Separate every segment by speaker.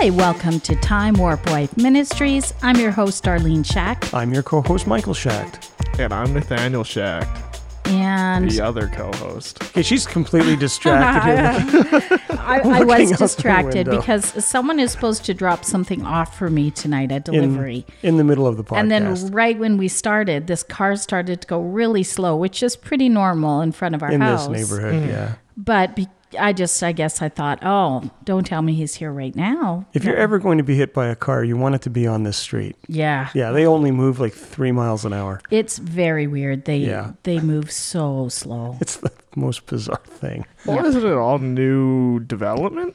Speaker 1: Hey, welcome to Time Warp Wife Ministries. I'm your host, Darlene Schack.
Speaker 2: I'm your co-host Michael Schacht.
Speaker 3: And I'm Nathaniel Schacht,
Speaker 1: And
Speaker 3: the other co-host.
Speaker 2: Okay, she's completely distracted. here.
Speaker 1: I, I
Speaker 2: looking
Speaker 1: was
Speaker 2: out the
Speaker 1: distracted
Speaker 2: window.
Speaker 1: because someone is supposed to drop something off for me tonight at delivery.
Speaker 2: in the middle of the podcast.
Speaker 1: and then, right when we started, this car started to go really slow, which is pretty normal in front of our
Speaker 2: in
Speaker 1: house.
Speaker 2: this neighborhood,
Speaker 3: Mm.
Speaker 2: yeah.
Speaker 1: But be- I just, I guess I thought, oh, don't tell me he's here right now.
Speaker 2: If you're ever going to be hit by a car, you want it to be on this street.
Speaker 1: Yeah.
Speaker 2: Yeah, they only move like three miles an hour.
Speaker 1: It's very weird. They
Speaker 2: Yeah.
Speaker 1: they move so slow.
Speaker 2: It's the most bizarre thing.
Speaker 1: Yep.
Speaker 3: Well, isn't it all new development?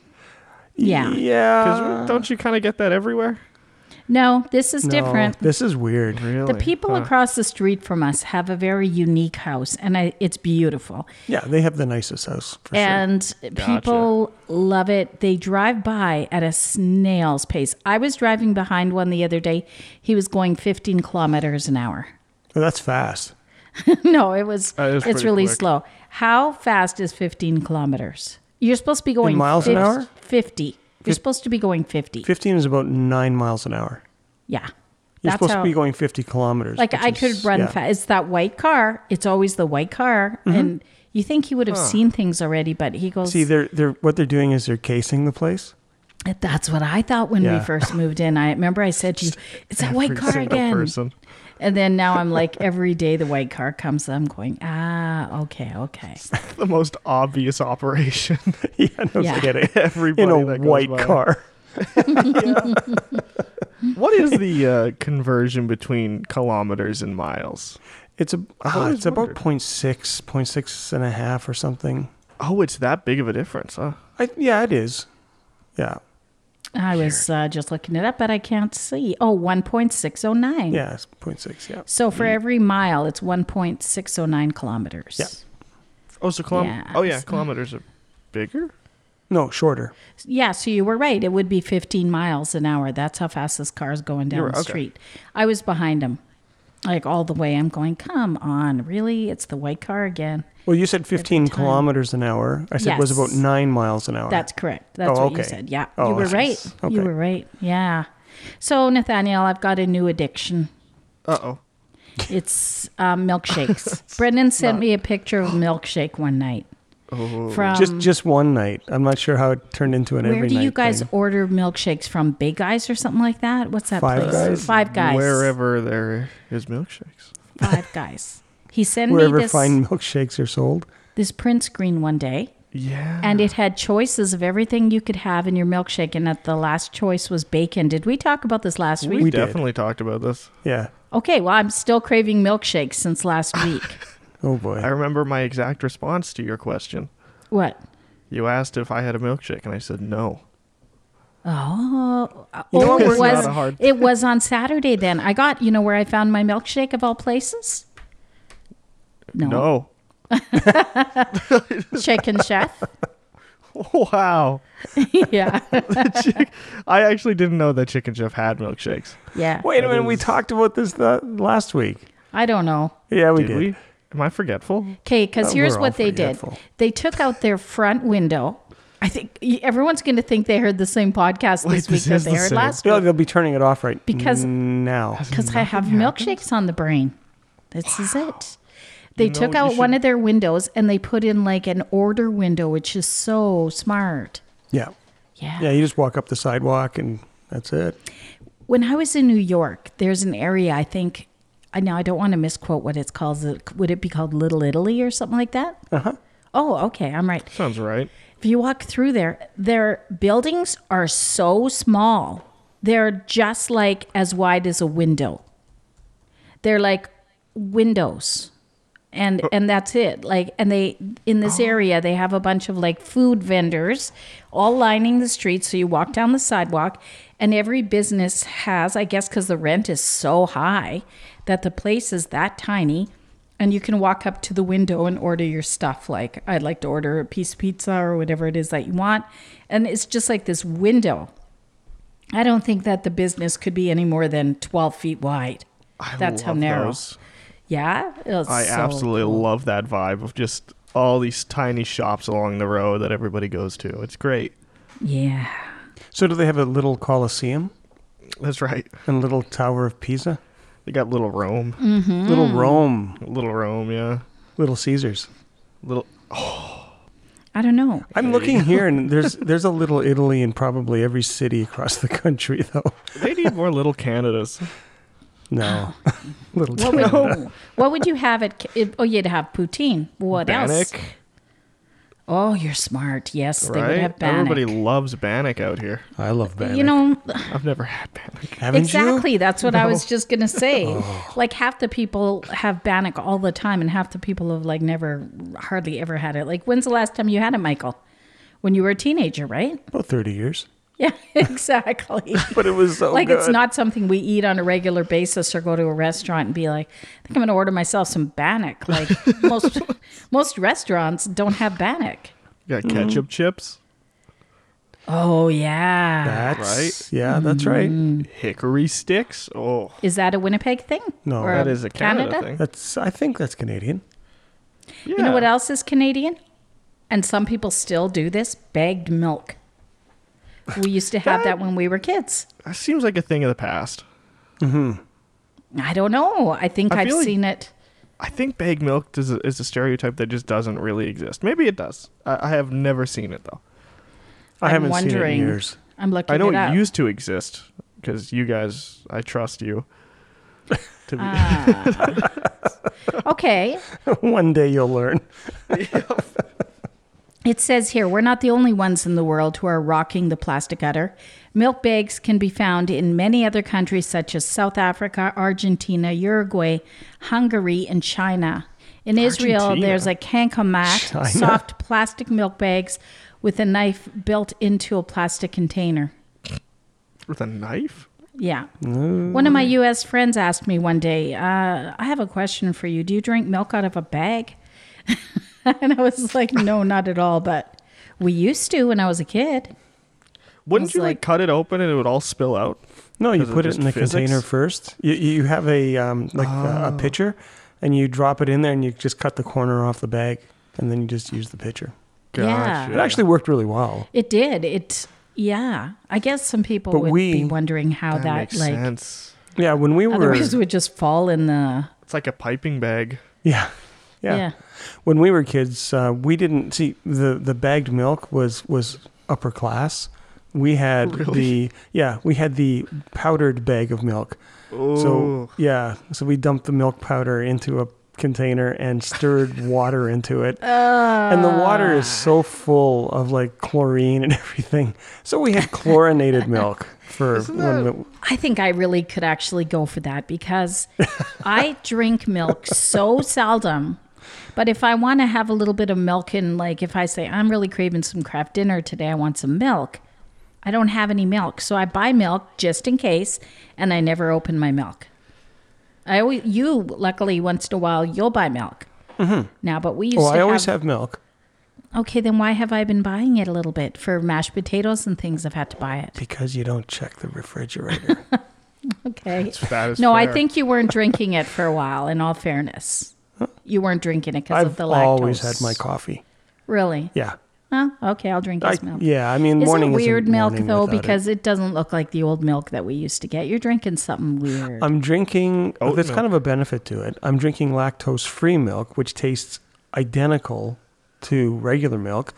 Speaker 1: Yeah.
Speaker 3: Because
Speaker 1: Uh,
Speaker 2: yeah.
Speaker 3: don't you kind of get that everywhere?
Speaker 1: No, this is
Speaker 2: No,
Speaker 1: different.
Speaker 2: This is weird.
Speaker 3: Really? Uh,
Speaker 1: The people
Speaker 3: Huh.
Speaker 1: across the street from us have a very unique house, and I, it's beautiful.
Speaker 2: Yeah, they have the nicest house for
Speaker 1: and people love it. They drive by at a snail's pace. I was driving behind one the other day. He was going 15 kilometers an hour.
Speaker 2: sure. Oh, that's fast.
Speaker 1: no, it was.
Speaker 3: That is
Speaker 1: it's
Speaker 3: pretty
Speaker 1: really
Speaker 3: quick.
Speaker 1: slow. How fast is 15 kilometers? You're supposed to be going
Speaker 2: miles an
Speaker 1: 50
Speaker 2: hour?
Speaker 1: 50. You're supposed to be going 50.
Speaker 2: Fifteen is about nine miles an hour.
Speaker 1: Yeah.
Speaker 2: You're
Speaker 1: That's
Speaker 2: supposed
Speaker 1: how-
Speaker 2: to be going fifty kilometers.
Speaker 1: Like
Speaker 2: which
Speaker 1: I
Speaker 2: is-
Speaker 1: could run
Speaker 2: yeah. Mm-hmm.
Speaker 1: fast. It's that white car. It's always the white car, and you think he would have seen things already, but he goes.
Speaker 2: See, they're they're what they're doing is they're casing the place.
Speaker 1: That's what I thought when we
Speaker 2: Yeah.
Speaker 1: first moved in. I remember I said to you, "It's that white
Speaker 3: Every
Speaker 1: car
Speaker 3: single
Speaker 1: again."
Speaker 3: person.
Speaker 1: And then now I'm like, every day the white car comes, I'm going, "Ah, okay, okay."
Speaker 3: The most obvious operation.
Speaker 2: yeah, no
Speaker 1: Yeah.
Speaker 2: kidding.
Speaker 3: Everybody
Speaker 2: In a
Speaker 3: that goes
Speaker 2: white
Speaker 3: by.
Speaker 2: car.
Speaker 3: What is the uh, conversion between kilometers and miles?
Speaker 2: It's a ah,
Speaker 3: always
Speaker 2: it's about
Speaker 3: wondered.
Speaker 2: 0.6, 0.6 and a half or something.
Speaker 3: Oh, it's that big of a difference, huh?
Speaker 2: I, yeah, it is. Yeah,
Speaker 1: I was uh, just looking it up, but I can't see. Oh, 1.609.
Speaker 2: yeah, it's 0.6. Yeah,
Speaker 1: So for every mile, it's 1.609 kilometers.
Speaker 2: Yeah.
Speaker 3: Oh, so kilom-
Speaker 1: Yeah,
Speaker 3: Oh, yeah,
Speaker 1: it's-
Speaker 3: kilometers are bigger.
Speaker 2: no, shorter.
Speaker 1: Yeah, so you were right. It would be 15 miles an hour. That's how fast this car is going down
Speaker 3: You're-
Speaker 1: the
Speaker 3: okay.
Speaker 1: street. I was behind him, like all the way. I'm going, come on, really? It's the white car again.
Speaker 2: Well, you said 15
Speaker 1: time.
Speaker 2: kilometers an hour. I said it was
Speaker 1: Yes.
Speaker 2: about nine miles an hour.
Speaker 1: That's correct. That's
Speaker 2: Oh,
Speaker 1: what you
Speaker 2: okay.
Speaker 1: said. Yeah,
Speaker 2: Oh,
Speaker 1: you
Speaker 2: I
Speaker 1: were
Speaker 2: see.
Speaker 1: right.
Speaker 2: Okay.
Speaker 1: You were right. Yeah. So, Nathaniel, I've got a new addiction.
Speaker 3: Uh oh.
Speaker 1: It's um, milkshakes. Brendan sent me a picture of a milkshake one night. From
Speaker 2: Oh, just just one night. I'm not sure how it turned into an
Speaker 1: um, where
Speaker 2: every
Speaker 1: do you
Speaker 2: night
Speaker 1: guys
Speaker 2: thing.
Speaker 1: order milkshakes from? Big Guys or something like that? What's that
Speaker 2: Five
Speaker 1: place?
Speaker 2: Guys?
Speaker 1: Five Guys.
Speaker 3: Wherever there is milkshakes.
Speaker 1: Five Guys. He sent
Speaker 2: wherever
Speaker 1: me this
Speaker 2: fine milkshakes are sold?
Speaker 1: this print screen one day,
Speaker 3: Yeah.
Speaker 1: and it had choices of everything you could have in your milkshake, and that the last choice was bacon. Did we talk about this last week?
Speaker 3: we,
Speaker 2: We did.
Speaker 3: definitely talked about this.
Speaker 2: Yeah.
Speaker 1: Okay, well, I'm still craving milkshakes since last week.
Speaker 2: Oh boy.
Speaker 3: I remember my exact response to your question.
Speaker 1: what?
Speaker 3: You asked if I had a milkshake, and I said no.
Speaker 1: Oh,
Speaker 2: You know
Speaker 1: oh,
Speaker 2: what,
Speaker 1: it
Speaker 2: we're
Speaker 3: not
Speaker 1: was
Speaker 3: a hard-
Speaker 1: it was on Saturday. Then I got you know where I found my milkshake of all places.
Speaker 3: No.
Speaker 1: Chicken Chef.
Speaker 3: Wow.
Speaker 1: yeah,
Speaker 3: Chick- I actually didn't know that Chicken Chef had milkshakes.
Speaker 1: yeah.
Speaker 2: Wait a minute. We talked about this the, last week.
Speaker 1: I don't know.
Speaker 2: Yeah, we did.
Speaker 3: we? Am I forgetful?
Speaker 1: Okay, because
Speaker 2: Uh,
Speaker 1: here's
Speaker 2: we're
Speaker 1: what
Speaker 2: all
Speaker 1: they
Speaker 2: forgetful.
Speaker 1: did. They took out their front window. I think everyone's going to think they heard the same podcast
Speaker 3: Wait,
Speaker 1: this week
Speaker 3: this
Speaker 1: that
Speaker 3: is
Speaker 1: they
Speaker 3: the
Speaker 1: heard
Speaker 3: same.
Speaker 1: last
Speaker 2: Yeah,
Speaker 1: week
Speaker 2: they'll be turning it off right
Speaker 1: Because-
Speaker 2: now.
Speaker 1: because I have milkshakes on the brain. This is it. They
Speaker 3: You know
Speaker 1: took
Speaker 3: what you
Speaker 1: out one
Speaker 3: should-
Speaker 1: of their windows and they put in like an order window, which is so smart.
Speaker 2: Yeah.
Speaker 1: Yeah.
Speaker 2: Yeah, you just walk up the sidewalk and that's it.
Speaker 1: When I was in New York, there's an area I think. I know I don't want to misquote what it's called. Is it- Would it be called Little Italy or something like that? Uh
Speaker 3: Uh-huh.
Speaker 1: huh. Oh, okay. I'm right.
Speaker 3: Sounds right.
Speaker 1: If you walk through there, their buildings are so small. They're just like as wide as a window. They're like windows. And and that's it. Like and they in this area they have a bunch of like food vendors all lining the street so you walk down the sidewalk and every business has I guess cuz the rent is so high that the place is that tiny and you can walk up to the window and order your stuff. Like, I'd like to order a piece of pizza or whatever it is that you want. And it's just like this window. I don't think that the business could be any more than 12 feet wide.
Speaker 3: I
Speaker 1: That's how
Speaker 3: love
Speaker 1: narrow.
Speaker 3: those.
Speaker 1: Yeah. it's
Speaker 3: I
Speaker 1: so
Speaker 3: absolutely
Speaker 1: cool.
Speaker 3: love that vibe of just all these tiny shops along the road that everybody goes to. It's great.
Speaker 1: Yeah.
Speaker 2: So do they have a little Colosseum
Speaker 3: That's right.
Speaker 2: and a little Tower of Pisa?
Speaker 3: They got Little Rome.
Speaker 1: Mm.
Speaker 2: Little Rome,
Speaker 3: Little Rome, yeah.
Speaker 2: Little Caesars.
Speaker 3: Little
Speaker 1: I don't know.
Speaker 2: I'm looking here, and there's there's a little Italy in probably every city across the country, though.
Speaker 3: They need more Little Canadas.
Speaker 2: No, little
Speaker 1: What would, what would you have at? it- Oh, you'd have poutine. What else?
Speaker 3: Bannock,
Speaker 1: Oh, you're smart. Yes, they would have
Speaker 3: right?
Speaker 1: bannock.
Speaker 3: Everybody loves Bannock out here.
Speaker 2: I love Bannock.
Speaker 1: you know,
Speaker 3: I've never had Bannock.
Speaker 2: Haven't
Speaker 1: exactly.
Speaker 2: you?
Speaker 1: That's what I was just gonna say.
Speaker 3: Oh.
Speaker 1: Like half the people have bannock all the time, and half the people have like never, hardly ever had it. Like, when's the last time you had it, Michael? When you were a teenager, right?
Speaker 2: About 30 years.
Speaker 1: Yeah, exactly.
Speaker 2: But it was
Speaker 3: Oh,
Speaker 2: so
Speaker 1: like
Speaker 2: good.
Speaker 1: it's not something we eat on a regular basis or go to a restaurant and be like, I think I'm gonna order myself some bannock. Like most most restaurants don't have bannock.
Speaker 3: You got
Speaker 1: Mm-hmm.
Speaker 3: ketchup chips,
Speaker 1: Oh yeah.
Speaker 2: That's
Speaker 3: Right? Mm.
Speaker 2: Yeah, that's right.
Speaker 3: hickory sticks. Oh,
Speaker 1: Is that a Winnipeg thing?
Speaker 2: No,
Speaker 1: Or
Speaker 3: that is a Canada, thing.
Speaker 2: That's. I think that's Canadian.
Speaker 3: Yeah.
Speaker 1: You know what else is Canadian? And some people still do this bagged milk. We used to have that when we were kids.
Speaker 3: That seems like a thing of the past.
Speaker 1: I don't know. I think I
Speaker 3: I
Speaker 1: have
Speaker 3: feel like-
Speaker 1: seen it.
Speaker 3: I think bagged milk does, is a stereotype that just doesn't really exist. Maybe it does. I, I have never seen it though.
Speaker 2: I
Speaker 1: I'm
Speaker 2: haven't seen it
Speaker 1: wondering.
Speaker 2: in years.
Speaker 1: I'm looking
Speaker 3: I know
Speaker 1: it
Speaker 3: it
Speaker 1: up.
Speaker 3: used to exist because you guys, I trust you. To be,
Speaker 1: Ah. okay.
Speaker 2: One day you'll learn.
Speaker 1: It says here, we're not the only ones in the world who are rocking the plastic udder. Milk bags can be found in many other countries such as South Africa, Argentina, Uruguay, Hungary, and China. In Israel,
Speaker 3: Argentina?
Speaker 1: there's a kankomat,
Speaker 2: China?
Speaker 1: soft plastic milk bags with a knife built into a plastic container.
Speaker 3: with a knife?
Speaker 1: Yeah.
Speaker 2: Mm.
Speaker 1: One of my U.S. friends asked me one day, uh, I have a question for you. Do you drink milk out of a bag? and I was like, no, not at all. But we used to when I was a kid.
Speaker 3: Wouldn't
Speaker 1: It's
Speaker 3: you like,
Speaker 1: like-
Speaker 3: cut it open and it would all spill out?
Speaker 2: No, you
Speaker 3: 'Cause of
Speaker 2: put it
Speaker 3: just
Speaker 2: in the
Speaker 3: physics?
Speaker 2: container first. You you have a um like a, a pitcher, and you drop it in there, and you just cut the corner off the bag, and then you just use the pitcher.
Speaker 1: Yeah.
Speaker 2: It actually worked really well.
Speaker 1: It did. It, yeah. I guess some people
Speaker 2: But
Speaker 1: would be
Speaker 2: we-
Speaker 1: wondering how
Speaker 3: that,
Speaker 1: that,
Speaker 3: makes
Speaker 1: like,
Speaker 3: sense.
Speaker 2: Yeah, when we were
Speaker 1: otherwise would just fall in the,
Speaker 3: It's like a piping bag.
Speaker 2: yeah.
Speaker 1: yeah.
Speaker 2: Yeah. when we were kids, uh, we didn't see the, the bagged milk was was upper class. We had
Speaker 3: Really?
Speaker 2: the yeah, we had the powdered bag of milk.
Speaker 3: Ooh.
Speaker 2: So yeah, so we dumped the milk powder into a container and stirred water into it. and the water is
Speaker 1: Ah.
Speaker 2: so full of like chlorine and everything. So we had chlorinated milk for
Speaker 3: Isn't
Speaker 2: when
Speaker 3: that-
Speaker 2: the-
Speaker 1: I think I really could actually go for that because I drink milk so seldom. But if I want to have a little bit of milk and like if I say I'm really craving some craft dinner today, I want some milk. I don't have any milk, so I buy milk just in case and I never open my milk. I always you luckily once in a while you'll buy milk. Now, but we used
Speaker 2: oh,
Speaker 1: to
Speaker 2: I always
Speaker 1: have
Speaker 2: have milk
Speaker 1: Okay, then why have I been buying it a little bit for mashed potatoes and things I've had to buy it.
Speaker 2: because you don't check the refrigerator.
Speaker 1: Okay.
Speaker 3: That is
Speaker 1: No, I
Speaker 3: fair.
Speaker 1: think you weren't drinking it for a while. In all fairness, you weren't drinking it because of
Speaker 2: I've
Speaker 1: the lactose.
Speaker 2: always had my coffee.
Speaker 1: Really?
Speaker 2: Yeah.
Speaker 1: Well, okay, I'll drink
Speaker 2: I,
Speaker 1: this milk.
Speaker 2: yeah, I mean,
Speaker 1: Isn't
Speaker 2: morning
Speaker 1: it weird
Speaker 2: isn't
Speaker 1: milk
Speaker 2: morning
Speaker 1: though?
Speaker 2: without it.
Speaker 1: Because it. doesn't look like the old milk that we used to get. You're drinking something weird.
Speaker 2: I'm drinking.
Speaker 3: Oat
Speaker 2: there's kind
Speaker 3: milk.
Speaker 2: of a benefit to it. I'm drinking lactose-free milk, which tastes identical to regular milk,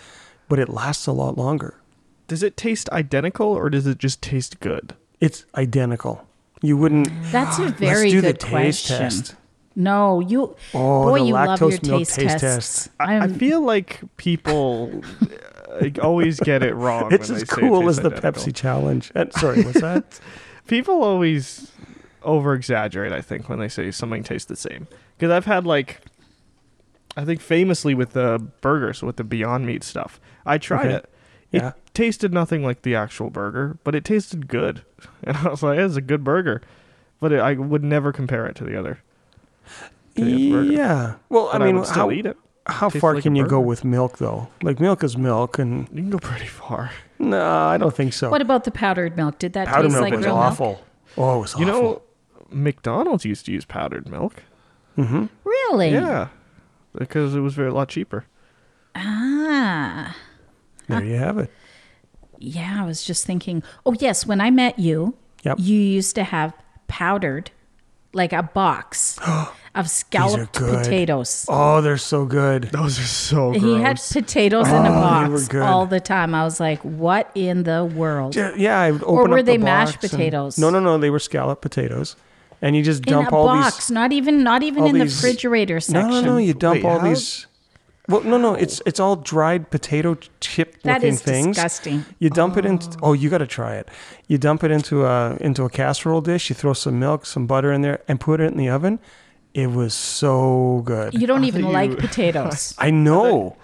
Speaker 2: but it lasts a lot longer.
Speaker 3: Does it taste identical or does it just taste good?
Speaker 2: It's identical. You wouldn't.
Speaker 1: That's a very
Speaker 2: Let's do
Speaker 1: good
Speaker 2: the taste
Speaker 1: question.
Speaker 2: test.
Speaker 1: No, you.
Speaker 2: Oh,
Speaker 1: boy,
Speaker 2: the
Speaker 1: you love your
Speaker 2: lactose milk
Speaker 1: taste,
Speaker 2: taste
Speaker 1: tests.
Speaker 2: test.
Speaker 3: I, I
Speaker 1: I'm-
Speaker 3: feel like people uh, always get it wrong.
Speaker 2: It's
Speaker 3: when
Speaker 2: as
Speaker 3: they say it
Speaker 2: cool as
Speaker 3: tastes
Speaker 2: the
Speaker 3: identical.
Speaker 2: Pepsi challenge. Uh, sorry, what's that?
Speaker 3: People always over exaggerate, I think, when they say something tastes the same. Because I've had, like, I think famously with the burgers, with the Beyond Meat stuff, I tried
Speaker 2: Okay.
Speaker 3: it.
Speaker 2: Yeah.
Speaker 3: It tasted nothing like the actual burger, but it tasted good. And I was like, it's a good burger. But it, I would never compare it to the other. Can you have burger?
Speaker 2: yeah. Well,
Speaker 3: But
Speaker 2: I mean,
Speaker 3: would still
Speaker 2: how,
Speaker 3: eat it.
Speaker 2: how
Speaker 3: Tastes
Speaker 2: far
Speaker 3: like a
Speaker 2: can you go
Speaker 3: burger.
Speaker 2: with milk though? Like milk is milk, and
Speaker 3: You can go pretty far.
Speaker 2: no, I don't think so.
Speaker 1: What about the powdered milk? Did that
Speaker 2: Powder
Speaker 1: taste
Speaker 2: milk
Speaker 1: like
Speaker 2: was
Speaker 1: real
Speaker 2: awful.
Speaker 1: milk?
Speaker 2: Oh, it was
Speaker 3: You
Speaker 2: awful.
Speaker 3: know, McDonald's used to use powdered milk.
Speaker 1: Really?
Speaker 3: Yeah. Because it was very, a lot cheaper.
Speaker 1: Ah.
Speaker 2: there you have it.
Speaker 1: yeah, I was just thinking, oh, yes, when I met you,
Speaker 2: Yep.
Speaker 1: you used to have powdered, like a box of scalloped
Speaker 2: good.
Speaker 1: potatoes.
Speaker 2: Oh, they're so good.
Speaker 3: Those are so gross.
Speaker 1: He had potatoes in a
Speaker 2: Oh, they were
Speaker 1: box
Speaker 2: good.
Speaker 1: all the time. I was like, what in the world?
Speaker 2: Yeah, yeah, I would open
Speaker 1: were
Speaker 2: up the
Speaker 1: they mashed
Speaker 2: box and-
Speaker 1: potatoes?
Speaker 2: no, no, no. They were scallop potatoes, and you just
Speaker 1: in
Speaker 2: dump
Speaker 1: a
Speaker 2: all
Speaker 1: box,
Speaker 2: these.
Speaker 1: not even not even
Speaker 2: all
Speaker 1: in the
Speaker 2: these-
Speaker 1: refrigerator
Speaker 2: No,
Speaker 1: section.
Speaker 2: no, no. You dump
Speaker 3: Wait,
Speaker 2: all
Speaker 3: how-
Speaker 2: these. Well, no, no. It's it's all dried potato chip
Speaker 1: That
Speaker 2: looking
Speaker 1: is
Speaker 2: things.
Speaker 1: disgusting.
Speaker 2: You dump it in. Oh, you got to try it. You dump it into a into a casserole dish. You throw some milk, some butter in there, and put it in the oven. It was so good.
Speaker 1: You don't
Speaker 3: I
Speaker 1: even
Speaker 3: thought
Speaker 1: like
Speaker 3: you-
Speaker 1: potatoes.
Speaker 2: I know.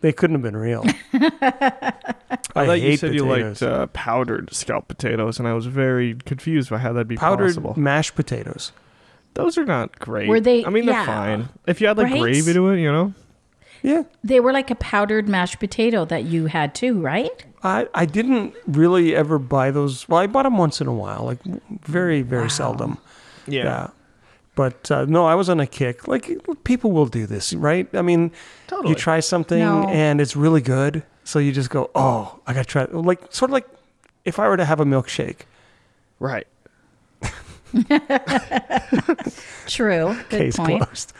Speaker 2: They couldn't have been real. I,
Speaker 3: I thought
Speaker 2: hate
Speaker 3: you said
Speaker 2: potatoes.
Speaker 3: you liked uh, powdered scalloped potatoes, and I was very confused by how that'd be
Speaker 2: powdered
Speaker 3: possible.
Speaker 2: mashed potatoes.
Speaker 3: Those are not great.
Speaker 1: Were they-
Speaker 3: I mean, they're
Speaker 1: yeah.
Speaker 3: fine. If you add like
Speaker 1: Right?
Speaker 3: gravy to it, you know.
Speaker 2: Yeah,
Speaker 1: they were like a powdered mashed potato that you had too, right?
Speaker 2: I, I didn't really ever buy those. Well, I bought them once in a while, like very, very seldom. Yeah. But uh, no, I was on a kick. Like people will do this, right? I mean,
Speaker 3: Totally.
Speaker 2: you try something
Speaker 1: No.
Speaker 2: and it's really good, so you just go, "Oh, I got to try." it." Like sort of like if I were to have a milkshake,
Speaker 3: Right.
Speaker 1: True. Good
Speaker 2: case
Speaker 1: point.
Speaker 2: closed.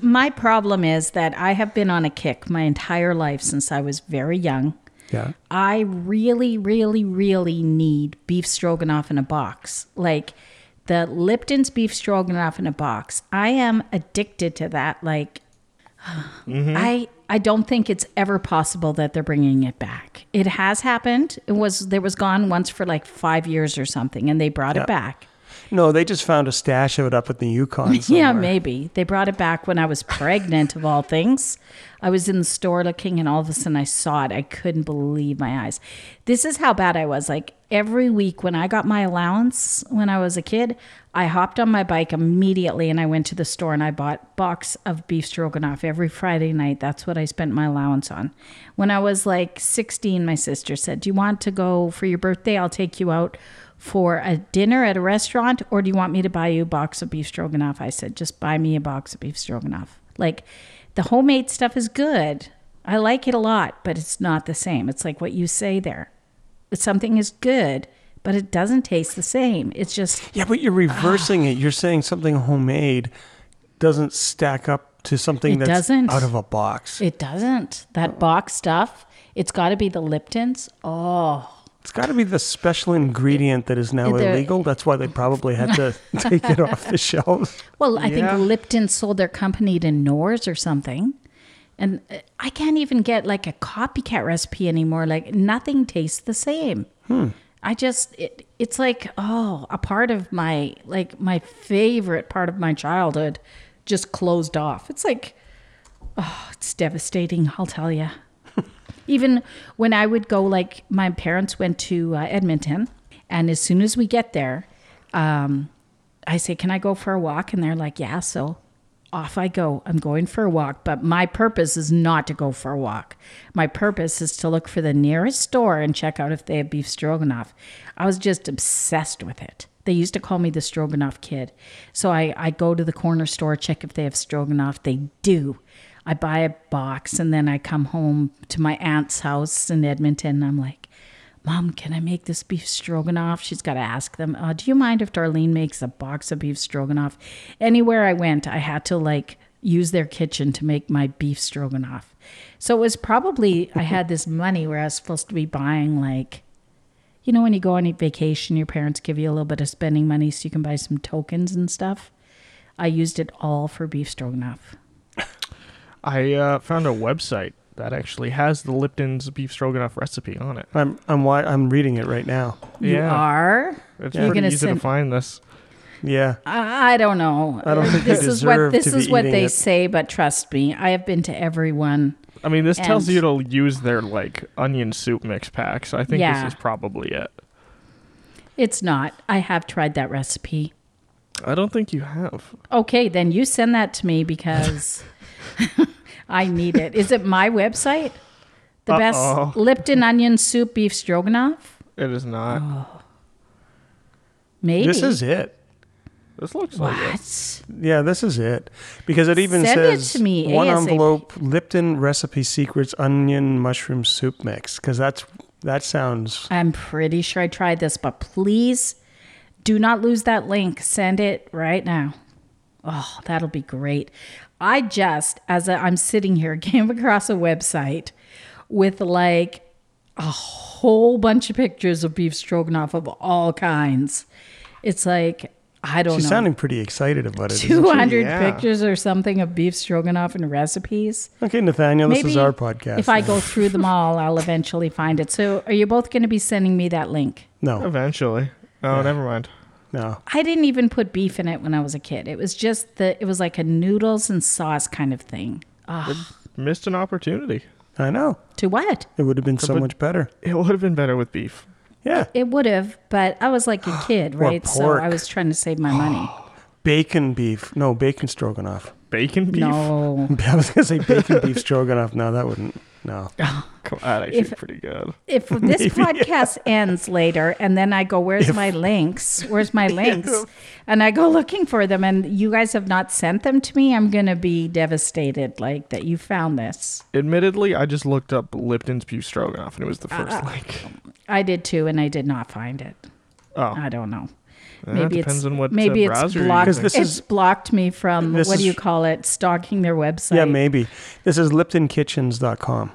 Speaker 1: My problem is that I have been on a kick my entire life since I was very young.
Speaker 2: Yeah.
Speaker 1: I really, really, really need beef stroganoff in a box. Like the Lipton's beef stroganoff in a box. I am addicted to that. Like I I don't think it's ever possible that they're bringing it back. It has happened. It was there was gone once for like 5 years or something and they brought
Speaker 2: Yeah.
Speaker 1: it back.
Speaker 2: No, they just found a stash of it up at the Yukon.
Speaker 1: Yeah,
Speaker 2: somewhere.
Speaker 1: maybe. They brought it back when I was pregnant, of all things. I was in the store looking, and all of a sudden I saw it. I couldn't believe my eyes. This is how bad I was. Like every week when I got my allowance when I was a kid, I hopped on my bike immediately and I went to the store and I bought box of beef stroganoff every Friday night. That's what I spent my allowance on. When I was like 16, my sister said, "Do you want to go for your birthday? I'll take you out." for a dinner at a restaurant or do you want me to buy you a box of beef stroganoff? I said, just buy me a box of beef stroganoff. Like the homemade stuff is good. I like it a lot, but it's not the same. It's like what you say there. Something is good, but it doesn't taste the same. It's just
Speaker 2: Yeah, but you're reversing it. You're saying something homemade doesn't stack up to something
Speaker 1: It
Speaker 2: that's
Speaker 1: doesn't.
Speaker 2: out of a box.
Speaker 1: it doesn't. That box stuff, it's got to be the Liptons. Oh,
Speaker 2: It's got to be the special ingredient that is now
Speaker 1: It- there-
Speaker 2: illegal. That's why they probably had to take it off the shelves.
Speaker 1: well, I
Speaker 3: Yeah.
Speaker 1: think Lipton sold their company to Norse or something. And uh, I can't even get like a copycat recipe anymore. Like nothing tastes the same. I just it, it's like oh, a part of my like my favorite part of my childhood just closed off. It's like oh, it's devastating, I'll tell you. Even when I would go like my parents went to uh, Edmonton and as soon as we get there, um I say, "Can I go for a walk?" and they're like, "Yeah." So off I go. I'm going for a walk, but my purpose is not to go for a walk. My purpose is to look for the nearest store and check out if they have beef stroganoff. I was just obsessed with it. They used to call me the stroganoff kid. So I, I go to the corner store, check if they have stroganoff. They do. I buy a box and then I come home to my aunt's house in Edmonton. And I'm like, Mom, can I make this beef stroganoff? She's got to ask them. Uh, do you mind if Darlene makes a box of beef stroganoff? Anywhere I went, I had to like use their kitchen to make my beef stroganoff. So it was probably I had this money where I was supposed to be buying like, you know, when you go on a vacation, your parents give you a little bit of spending money so you can buy some tokens and stuff. I used it all for beef stroganoff.
Speaker 3: I uh, found a website that actually has the Lipton's beef stroganoff recipe on it.
Speaker 2: I'm I'm wi- I'm reading it right now.
Speaker 1: You
Speaker 3: Yeah.
Speaker 1: are.
Speaker 3: It's
Speaker 1: You're
Speaker 3: pretty
Speaker 1: gonna
Speaker 3: easy to
Speaker 1: send-
Speaker 3: find this.
Speaker 2: Yeah.
Speaker 1: I I don't know.
Speaker 2: I don't think
Speaker 1: this
Speaker 2: you
Speaker 1: is what
Speaker 2: deserve
Speaker 1: this
Speaker 2: to
Speaker 1: is
Speaker 2: be
Speaker 1: what
Speaker 2: eating
Speaker 1: they
Speaker 2: it.
Speaker 1: say, but trust me, I have been to everyone.
Speaker 3: I mean, this tells
Speaker 1: And-
Speaker 3: you to use their like onion soup mix pack, so I think
Speaker 1: Yeah.
Speaker 3: this is probably it.
Speaker 1: It's not. I have tried that recipe.
Speaker 3: I don't think you have.
Speaker 1: Okay, then you send that to me because I need it. Is it my website? The
Speaker 3: Uh-oh.
Speaker 1: best Lipton onion soup beef stroganoff?
Speaker 3: It is
Speaker 1: Oh.
Speaker 3: not.
Speaker 1: Maybe.
Speaker 2: This is it.
Speaker 3: This looks
Speaker 1: what?
Speaker 3: like it.
Speaker 2: Yeah, this is it. Because it even
Speaker 1: Send it
Speaker 2: says
Speaker 1: to me
Speaker 2: one
Speaker 1: ASAP.
Speaker 2: envelope Lipton recipe secrets onion mushroom soup mix because that's That sounds
Speaker 1: I'm pretty sure I tried this, but please do not lose that link. Send it right now. Oh, that'll be great. I just, as i I'm sitting here, came across a website with like a whole bunch of pictures of beef stroganoff of all kinds. It's like, I don't
Speaker 2: she's
Speaker 1: know.
Speaker 2: sounding pretty excited about it. isn't she?
Speaker 1: 200
Speaker 3: Yeah.
Speaker 1: pictures or something of beef stroganoff and recipes.
Speaker 2: Okay, Nathaniel, this is our podcast.
Speaker 1: If I go through them all, I'll eventually find it. So, are you both going to be sending me that link?
Speaker 2: no,
Speaker 3: Eventually. Oh, never mind.
Speaker 2: no.
Speaker 1: I didn't even put beef in it when I was a kid. It was just the, it was like a noodles and sauce kind of thing.
Speaker 2: Ah.
Speaker 3: Missed an opportunity.
Speaker 2: I know.
Speaker 1: To what?
Speaker 2: It would have been so
Speaker 3: But-
Speaker 2: much better.
Speaker 3: It would have been better with beef.
Speaker 2: Yeah.
Speaker 1: It would have, but I was like a kid,
Speaker 2: Or
Speaker 1: right? So I
Speaker 2: pork.
Speaker 1: was trying to save my money.
Speaker 2: Bacon beef. No, bacon stroganoff.
Speaker 3: Bacon beef?
Speaker 1: No.
Speaker 2: I was going to say bacon beef stroganoff. No, that wouldn't. No.
Speaker 3: Come on, actually
Speaker 1: If-
Speaker 3: pretty good.
Speaker 1: If this podcast ends later and then I go, where's my links? Where's my links? And I go looking for them and you guys have not sent them to me, I'm going to be devastated like that you found this.
Speaker 3: Admittedly, I just looked up Lipton's beef stroganoff and it was the
Speaker 2: Uh,
Speaker 3: first link.
Speaker 1: I did too and I did not find it.
Speaker 2: uh,
Speaker 3: Oh,
Speaker 1: I don't know.
Speaker 3: Eh,
Speaker 1: maybe
Speaker 3: depends
Speaker 1: it's
Speaker 3: on what, uh,
Speaker 1: maybe it's
Speaker 3: browser you're
Speaker 1: blocked.
Speaker 2: using. 'Cause this
Speaker 1: it's
Speaker 2: is-
Speaker 1: blocked me from
Speaker 2: this
Speaker 1: what do
Speaker 2: is-
Speaker 1: you call it? Stalking their website.
Speaker 2: Yeah, maybe. This is liptonkitchens.com.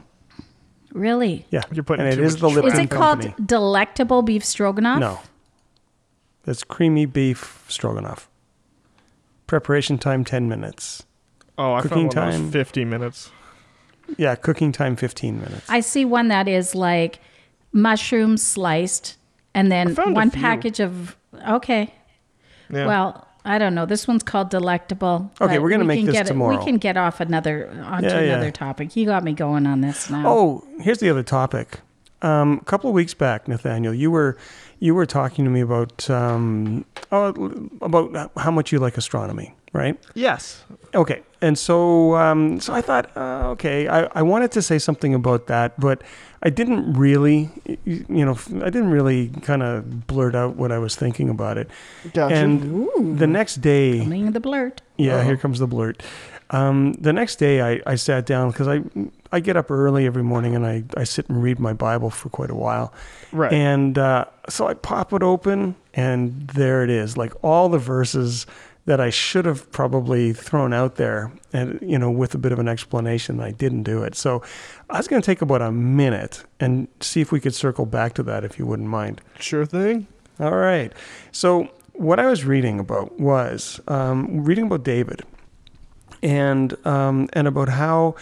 Speaker 1: Really?
Speaker 2: Yeah.
Speaker 3: You're putting
Speaker 2: and it
Speaker 3: too
Speaker 2: is
Speaker 3: much
Speaker 2: the
Speaker 3: trust
Speaker 2: Lipton
Speaker 1: Is it
Speaker 2: company.
Speaker 1: called delectable beef stroganoff?
Speaker 2: No. It's creamy beef stroganoff. Preparation time 10 minutes.
Speaker 3: oh, I
Speaker 2: uh, Cooking
Speaker 3: found one that
Speaker 2: time.
Speaker 3: was 50 minutes.
Speaker 2: Yeah, cooking time 15 minutes.
Speaker 1: I see one that is like mushrooms sliced, and
Speaker 3: I
Speaker 1: then
Speaker 3: found a
Speaker 1: one
Speaker 3: few.
Speaker 1: package of okay.
Speaker 3: Yeah.
Speaker 1: Well, I don't know. This one's called delectable.
Speaker 2: Okay,
Speaker 1: but
Speaker 2: we're gonna
Speaker 1: we
Speaker 2: make
Speaker 1: can
Speaker 2: this
Speaker 1: get,
Speaker 2: tomorrow.
Speaker 1: We can get off another onto
Speaker 2: Yeah, yeah.
Speaker 1: another topic. You got me going on this now.
Speaker 2: Oh, here's the other topic. Um, a couple of weeks back, Nathaniel, you were you were talking to me about um, oh, about how much you like astronomy, right?
Speaker 3: yes.
Speaker 2: Okay, and so um, so I thought, uh, okay, I, I wanted to say something about that, but I didn't really, y- y- you know, I didn't really kind of blurt out what I was thinking about it. And
Speaker 1: Ooh.
Speaker 2: the next day,
Speaker 1: Coming the blurt.
Speaker 2: yeah,
Speaker 3: Uh-oh.
Speaker 2: here comes the blurt. Um, the next day, I, I sat down because I I get up early every morning and I, I sit and read my Bible for quite a while.
Speaker 3: Right.
Speaker 2: And uh, so I pop it open, and there it is, like all the verses that I should have probably thrown out there, and you know, with a bit of an explanation, I didn't do it. So I was going to take about a minute and see if we could circle back to that, if you wouldn't mind.
Speaker 3: sure thing.
Speaker 2: All right. So what I was reading about was um, reading about David, and um, and about how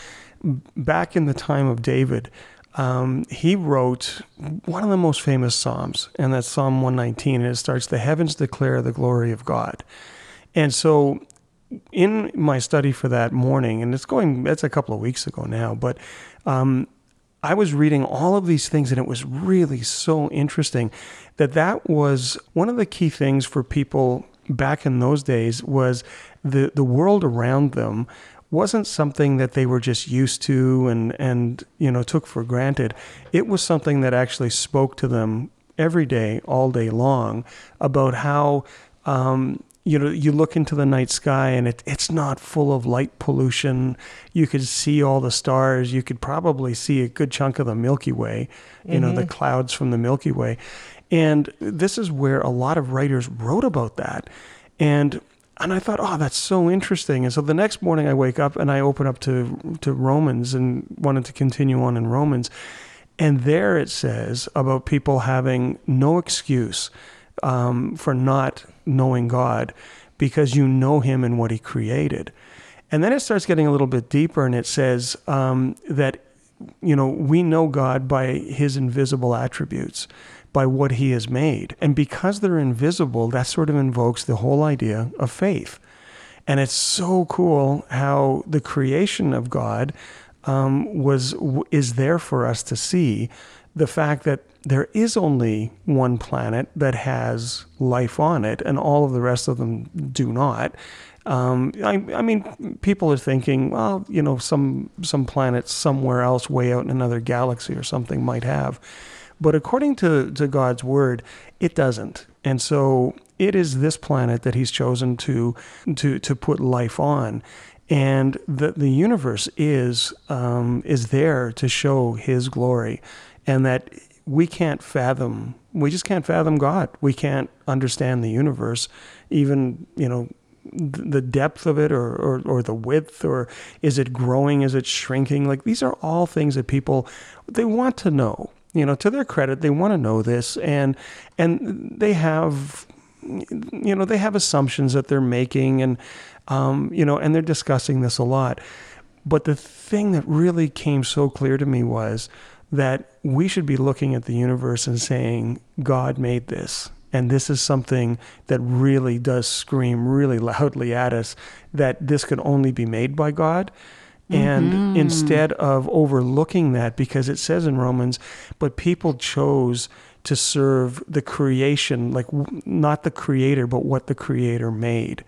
Speaker 2: m- back in the time of David, um, he wrote one of the most famous psalms, and that's Psalm 119, and it starts, "The heavens declare the glory of God," and so. In my study for that morning, and it's going, that's a couple of weeks ago now, but I was reading all of these things and it was really so interesting that that was one of the key things for people back in those days was the the world around them wasn't something that they were just used to and and you know took for granted it was something that actually spoke to them every day all day long about how um, you know, you look into the night sky and it, it's not full of light pollution. You could see all the stars. You could probably see a good chunk of the Milky Way, you know, the clouds from the Milky Way. And this is where a lot of writers wrote about that. And and I thought, oh, that's so interesting. And so the next morning I wake up and I open up to to Romans and wanted to continue on in Romans. And there it says about people having no excuse um, for not knowing God because you know Him and what He created. And then it starts getting a little bit deeper and it says um, that, you know, we know God by His invisible attributes, by what He has made. And because they're invisible, that sort of invokes the whole idea of faith. And it's so cool how the creation of God um, was w- is there for us to see the fact that there is only one planet that has life on it, and all of the rest of them do not. Um, I, I mean, people are thinking, well, you know, some some planet somewhere else, way out in another galaxy or something, might have. But according to, to God's word, it doesn't. And so it is this planet that he's chosen to to to put life on. And the, the universe is um, is there to show his glory and that we can't fathom we just can't fathom god we can't understand the universe even you know th- the depth of it or, or or the width or is it growing is it shrinking like these are all things that people they want to know you know to their credit they want to know this and and they have you know they have assumptions that they're making and um, you know and they're discussing this a lot but the thing that really came so clear to me was that we should be looking at the universe and saying, God made this. And this is something that really does scream really loudly at us that this could only be made by God. And
Speaker 1: Mm-hmm.
Speaker 2: instead of overlooking that, because it says in Romans, but people chose to serve the creation, like w- not the creator, but what the creator made,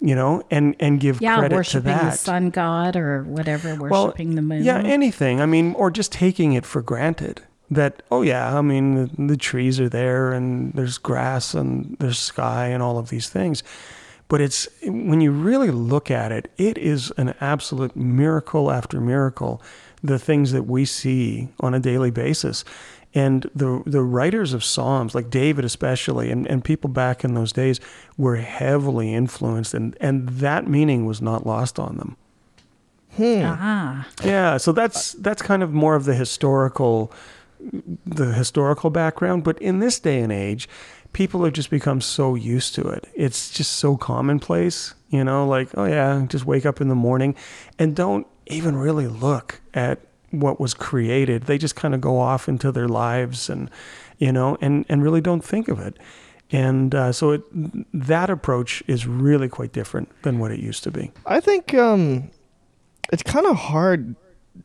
Speaker 2: you know, and, and give
Speaker 1: Yeah,
Speaker 2: credit to
Speaker 1: worshiping
Speaker 2: that.
Speaker 1: the sun god or whatever, worshiping the moon.
Speaker 2: Yeah, anything. I mean, or just taking it for granted that oh yeah, I mean the, the trees are there and there's grass and there's sky and all of these things. But it's when you really look at it, it is an absolute miracle after miracle the things that we see on a daily basis. And the the writers of Psalms, like David especially, and, and people back in those days were heavily influenced and, and that meaning was not lost on them.
Speaker 1: ah,
Speaker 2: Yeah, so that's that's kind of more of the historical the historical background, but in this day and age, people have just become so used to it. It's just so commonplace, you know, like, oh yeah, just wake up in the morning and don't even really look at what was created. They just kind of go off into their lives and you know, and and really don't think of it. And uh, so it, that approach is really quite different than what it used to be.
Speaker 3: I think um, it's kind of hard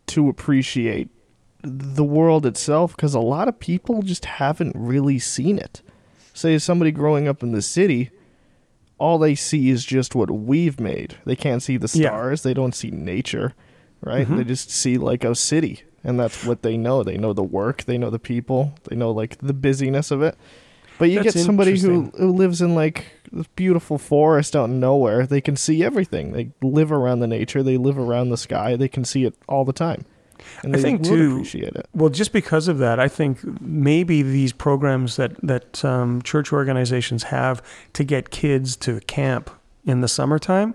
Speaker 3: to appreciate the world itself because a lot of people just haven't really seen it. Say somebody growing up in the city, all they see is just what we've made. They can't see the
Speaker 2: Yeah.
Speaker 3: stars. They don't see nature, right? They just see like a city, and that's what they know. They know the work. They know the people. They know like the busyness of it. But you
Speaker 2: That's
Speaker 3: get somebody who,
Speaker 2: interesting.
Speaker 3: who lives in like this beautiful forest out in nowhere. They can see everything. They live around the nature. They live around the sky. They can see it all the time. And
Speaker 2: I
Speaker 3: they
Speaker 2: think,
Speaker 3: would
Speaker 2: too-
Speaker 3: appreciate it.
Speaker 2: Well, just because of that, I think maybe these programs that that um, church organizations have to get kids to camp in the summertime,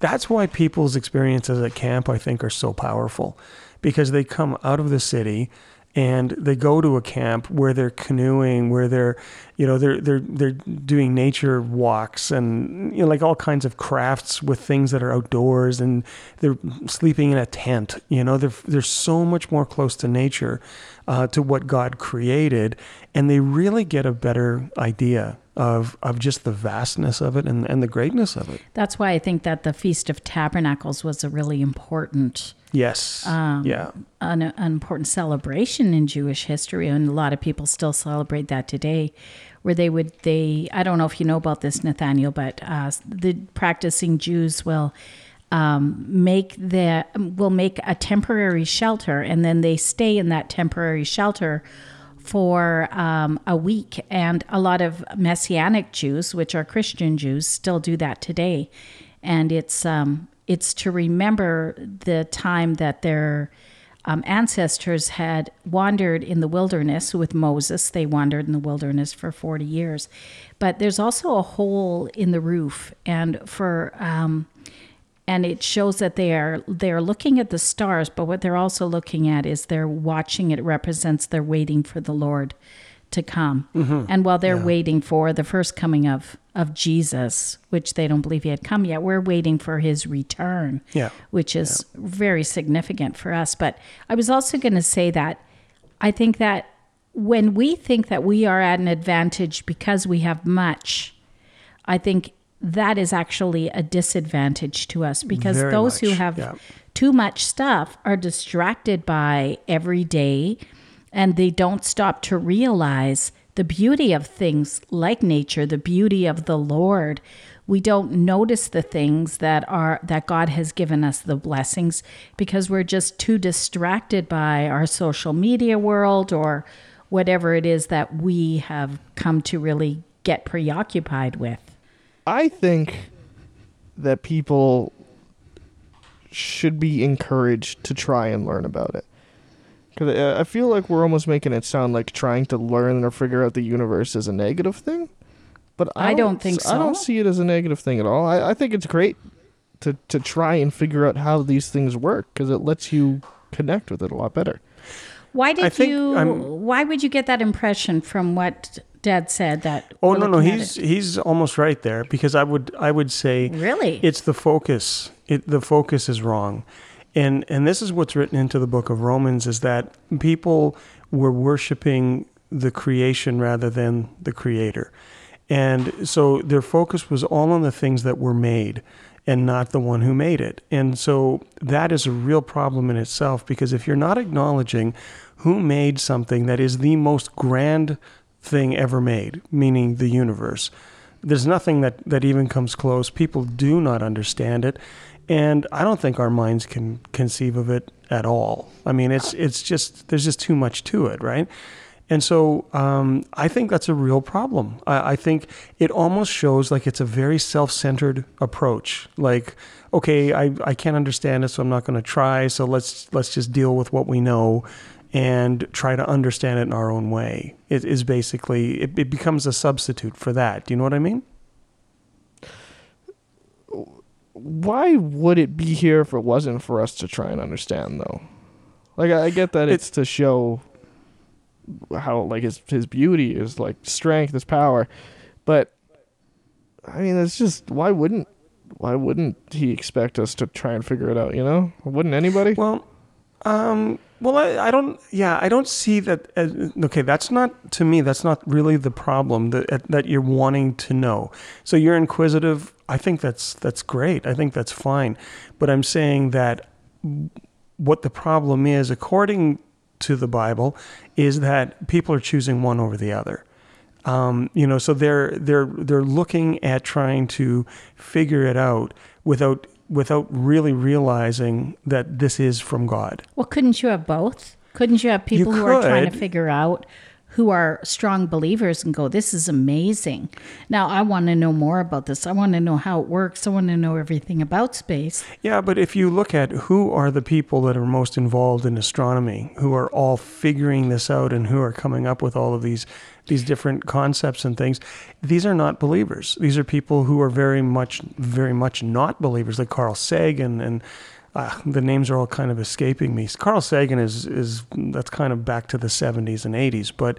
Speaker 2: that's why people's experiences at camp, I think, are so powerful, because they come out of the city and they go to a camp where they're canoeing, where they're, you know, they're they're they're doing nature walks and you know, like all kinds of crafts with things that are outdoors, and they're sleeping in a tent. You know, they're they're so much more close to nature, uh, to what God created, and they really get a better idea of of just the vastness of it and and the greatness of it.
Speaker 1: that's why I think that the Feast of Tabernacles was a really important,
Speaker 2: Yes.
Speaker 1: Um,
Speaker 2: yeah.
Speaker 1: an, an important celebration in Jewish history, and a lot of people still celebrate that today. Where they would they, I don't know if you know about this, Nathaniel, but uh, the practicing Jews will um, make the will make a temporary shelter and then they stay in that temporary shelter for um, a week and a lot of messianic jews which are christian jews still do that today and it's um, it's to remember the time that their um, ancestors had wandered in the wilderness with Moses. They wandered in the wilderness for 40 years. But there's also a hole in the roof. And for um, and it shows that they are they're looking at the stars but what they're also looking at is they're watching it represents they're waiting for the lord to come and while they're waiting for the first coming of of jesus which they don't believe he had come yet we're waiting for his return
Speaker 2: Yeah.
Speaker 1: which is very significant for us but i was also going to say that i think that when we think that we are at an advantage because we have much I think that is actually a disadvantage to us because
Speaker 2: Very
Speaker 1: those who
Speaker 2: much,
Speaker 1: have
Speaker 2: yeah.
Speaker 1: too much stuff are distracted by every day and they don't stop to realize the beauty of things like nature, the beauty of the Lord. We don't notice the things that are that God has given us the blessings because we're just too distracted by our social media world or whatever it is that we have come to really get preoccupied with.
Speaker 3: I think that people should be encouraged to try and learn about it. Because I, I feel like we're almost making it sound like trying to learn or figure out the universe is a negative thing. But I,
Speaker 1: I don't think
Speaker 3: I don't
Speaker 1: so.
Speaker 3: see it as a negative thing at all. I, I think it's great to, to try and figure out how these things work because it lets you connect with it a lot better.
Speaker 1: Why did
Speaker 2: think
Speaker 1: you?
Speaker 2: I'm-
Speaker 1: why would you get that impression from what Dad said? That
Speaker 2: Oh
Speaker 1: we're
Speaker 2: no, no,
Speaker 1: looking at
Speaker 2: he's
Speaker 1: it?
Speaker 2: he's almost right there because I would I would say
Speaker 1: really
Speaker 2: it's the focus. It the focus is wrong, and and this is what's written into the book of Romans is that people were worshiping the creation rather than the Creator, and so their focus was all on the things that were made. And not the one who made it. And so that is a real problem in itself because if you're not acknowledging who made something that is the most grand thing ever made, meaning the universe. There's nothing that, that even comes close. People do not understand it. And I don't think our minds can conceive of it at all. I mean, it's, it's just, there's just too much to it, right? And so um, I think that's a real problem. I, I think it almost shows like it's a very self centered approach. Like, okay, I, I can't understand it, so I'm not going to try. So let's, let's just deal with what we know and try to understand it in our own way. It is basically it, it becomes a substitute for that. Do you know what I mean?
Speaker 3: Why would it be here if it wasn't for us to try and understand though? Like I, I get that it's to show how like his his beauty is like strength, his power, but I mean it's just why wouldn't why wouldn't he expect us to try and figure it out? You know, wouldn't anybody?
Speaker 2: Well, um, well, I, I don't. Yeah, I don't see that. As, okay, that's not to me. That's not really the problem that that you're wanting to know. So you're inquisitive. I think that's that's great. I think that's fine. But I'm saying that what the problem is, according to the Bible, is that people are choosing one over the other. Um, you know, so they're they're they're looking at trying to figure it out without without really realizing that this is from God.
Speaker 1: Well, couldn't you have both? Couldn't you have people who are trying to
Speaker 2: could.
Speaker 1: figure out who are strong believers and go, this is amazing. Now, I want to know more about this. I want to know how it works. I want to know everything about space.
Speaker 2: Yeah, but if you look at who are the people that are most involved in astronomy, who are all figuring this out and who are coming up with all of these these different concepts and things, these are not believers. These are people who are very much very much not believers, like Carl Sagan and uh, the names are all kind of escaping me. Carl Sagan is is that's kind of back to the 70s and 80s, but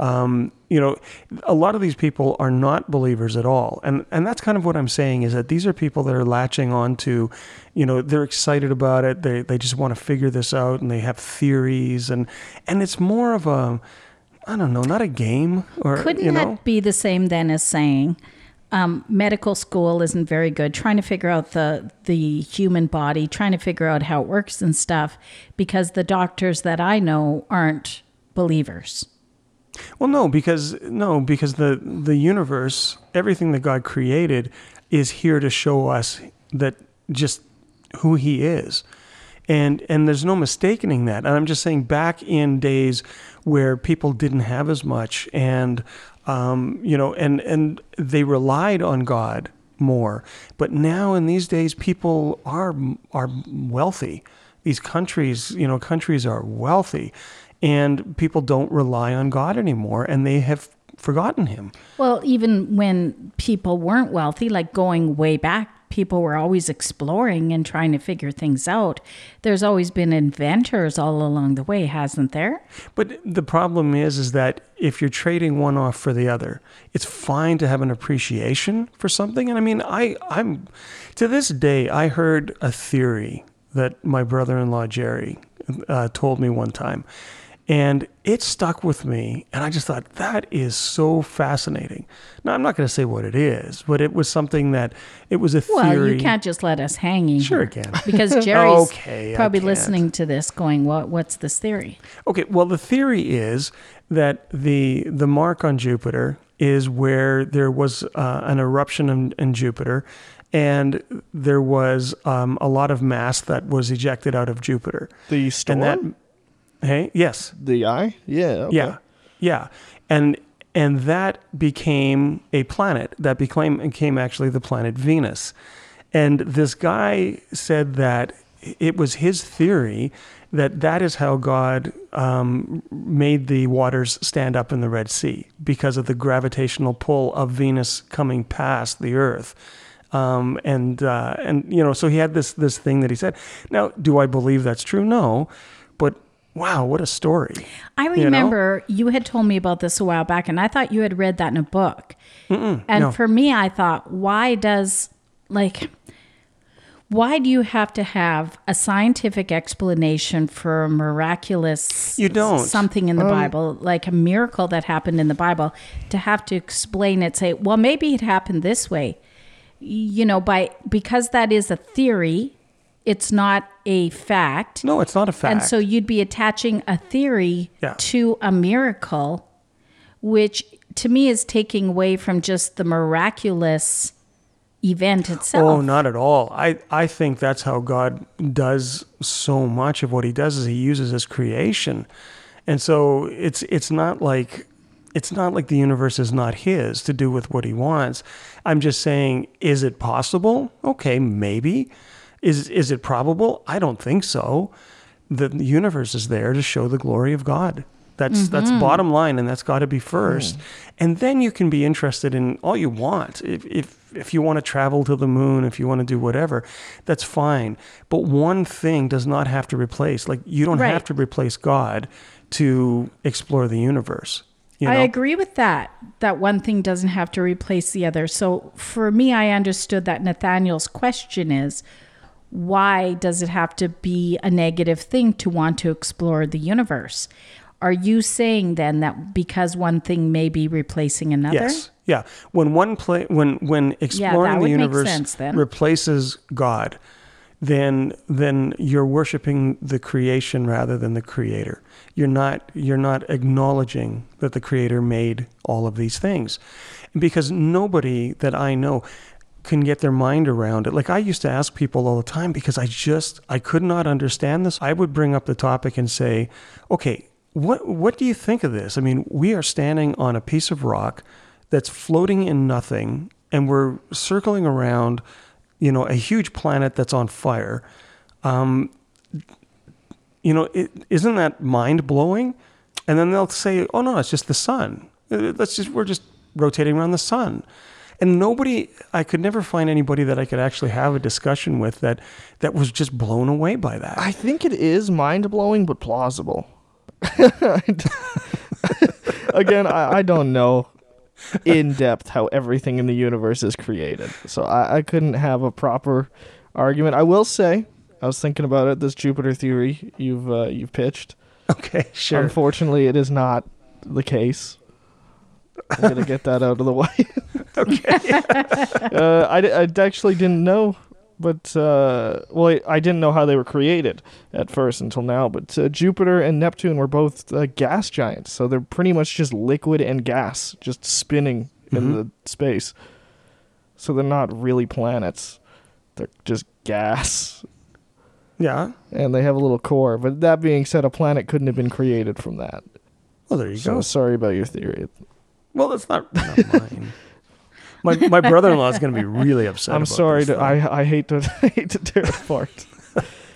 Speaker 2: um, you know, a lot of these people are not believers at all, and and that's kind of what I'm saying is that these are people that are latching on to, you know, they're excited about it. They they just want to figure this out, and they have theories, and and it's more of a, I don't know, not a game or
Speaker 1: Couldn't
Speaker 2: you know.
Speaker 1: that be the same then as saying um, medical school isn't very good, trying to figure out the the human body, trying to figure out how it works and stuff, because the doctors that I know aren't believers.
Speaker 2: Well, no, because no, because the the universe, everything that God created, is here to show us that just who He is, and and there's no mistaking that. And I'm just saying, back in days where people didn't have as much, and um, you know, and and they relied on God more, but now in these days, people are are wealthy. These countries, you know, countries are wealthy and people don't rely on God anymore, and they have forgotten Him.
Speaker 1: Well, even when people weren't wealthy, like going way back, people were always exploring and trying to figure things out. There's always been inventors all along the way, hasn't there?
Speaker 2: But the problem is, is that if you're trading one off for the other, it's fine to have an appreciation for something. And I mean, I, I'm to this day, I heard a theory that my brother-in-law Jerry uh, told me one time, and it stuck with me. And I just thought that is so fascinating. Now, I'm not going to say what it is, but it was something that it was a
Speaker 1: Well,
Speaker 2: theory.
Speaker 1: you can't just let us hanging.
Speaker 2: Sure,
Speaker 1: here.
Speaker 2: it can.
Speaker 1: Because Jerry's
Speaker 2: Okay, I
Speaker 1: probably
Speaker 2: can't.
Speaker 1: listening to this going, what, what's this theory?
Speaker 2: Okay, well, the theory is that the the mark on Jupiter is where there was uh, an eruption in, in Jupiter, and there was um, a lot of mass that was ejected out of Jupiter.
Speaker 3: The
Speaker 2: And
Speaker 3: storm,
Speaker 2: that, hey, yes,
Speaker 3: the eye, yeah, okay.
Speaker 2: yeah, yeah, and and that became a planet. That became became actually the planet Venus. And this guy said that it was his theory that that is how God um, made the waters stand up in the Red Sea because of the gravitational pull of Venus coming past the Earth. Um, and uh, and you know, so he had this this thing that he said. Now, do I believe that's true? No, but wow, what a story!
Speaker 1: I
Speaker 2: know?
Speaker 1: remember you, had told me about this a while back, and I thought you had read that in a book. and
Speaker 2: no.
Speaker 1: for me, I thought, why does, like, why do you have to have a scientific explanation for a miraculous
Speaker 2: You don't. Um,
Speaker 1: something in the Bible, like a miracle that happened in the Bible, to have to explain it, say, well, maybe it happened this way. You know, by because that is a theory, it's not a fact.
Speaker 2: No, it's not a fact.
Speaker 1: And so you'd be attaching a theory
Speaker 2: Yeah.
Speaker 1: to a miracle, which to me is taking away from just the miraculous event itself.
Speaker 2: Oh, not at all. I, I think that's how God does so much of what he does is he uses his creation. And so it's it's not like it's not like the universe is not his to do with what he wants. I'm just saying, is it possible? Okay, maybe. Is is it probable? I don't think so. The universe is there to show the glory of God. That's that's
Speaker 1: Mm-hmm.
Speaker 2: bottom line, and that's got to be
Speaker 1: Mm.
Speaker 2: first. And then you can be interested in all you want. If if if you want to travel to the moon, if you want to do whatever, that's fine. But one thing does not have to replace. Like you don't
Speaker 1: Right.
Speaker 2: have to replace God to explore the universe. You know?
Speaker 1: I agree with that. That one thing doesn't have to replace the other. So for me, I understood that Nathaniel's question is why does it have to be a negative thing to want to explore the universe? Are you saying then that because one thing may be replacing another?
Speaker 2: Yes. Yeah. When one play when when exploring the
Speaker 1: would make
Speaker 2: universe
Speaker 1: sense then.
Speaker 2: replaces God, then then you're worshiping the creation rather than the creator. You're not you're not acknowledging that the creator made all of these things. Because nobody that I know can get their mind around it. Like I used to ask people all the time because I just I could not understand this. I would bring up the topic and say, "Okay, what what do you think of this? I mean, we are standing on a piece of rock that's floating in nothing and we're circling around, you know, a huge planet that's on fire. Um, you know, it, isn't that mind blowing? And then they'll say, "Oh no, it's just the sun. Uh, Let's just we're just rotating around the sun." And nobody, I could never find anybody that I could actually have a discussion with that that was just blown away by that.
Speaker 3: I think it is mind blowing, but plausible. Again, I, I don't know in depth how everything in the universe is created, so I, I couldn't have a proper argument. I will say, I was thinking about it. This Jupiter theory you've uh, you've pitched.
Speaker 2: okay, sure.
Speaker 3: Unfortunately, it is not the case. I'm gonna get that out of the way. okay. uh, I, di- I actually didn't know, but uh, well, I- I didn't know how they were created at first until now. But uh, Jupiter and Neptune were both uh, gas giants, so they're pretty much just liquid and gas, just spinning in the space. So they're not really planets; they're just gas,
Speaker 2: Yeah.
Speaker 3: and they have a little core. But that being said, a planet couldn't have been created from that.
Speaker 2: Well, there you
Speaker 3: So
Speaker 2: go.
Speaker 3: sorry about your theory.
Speaker 2: Well, that's not, not mine. My my brother in law is going to be really upset.
Speaker 3: I'm
Speaker 2: about
Speaker 3: sorry.
Speaker 2: this
Speaker 3: To,
Speaker 2: thing.
Speaker 3: I I hate to I hate to tear it apart.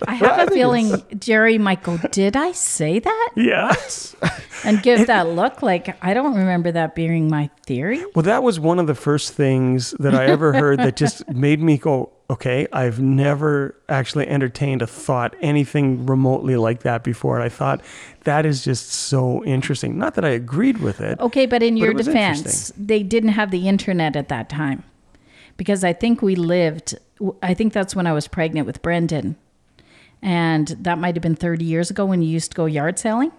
Speaker 1: I have
Speaker 3: I
Speaker 1: a
Speaker 3: think
Speaker 1: feeling Jerry might go, Did I say that?
Speaker 2: yes.
Speaker 1: And give that look like, I don't remember that being my theory.
Speaker 2: Well, that was one of the first things that I ever heard that just made me go, okay, I've never actually entertained a thought, anything remotely like that before. And I thought, that is just so interesting. Not that I agreed with it.
Speaker 1: Okay, but in
Speaker 2: But
Speaker 1: your
Speaker 2: it was
Speaker 1: defense,
Speaker 2: interesting.
Speaker 1: they didn't have the internet at that time because I think we lived, I think that's when I was pregnant with Brendan. And that might have been 30 years ago when you used to go yard selling.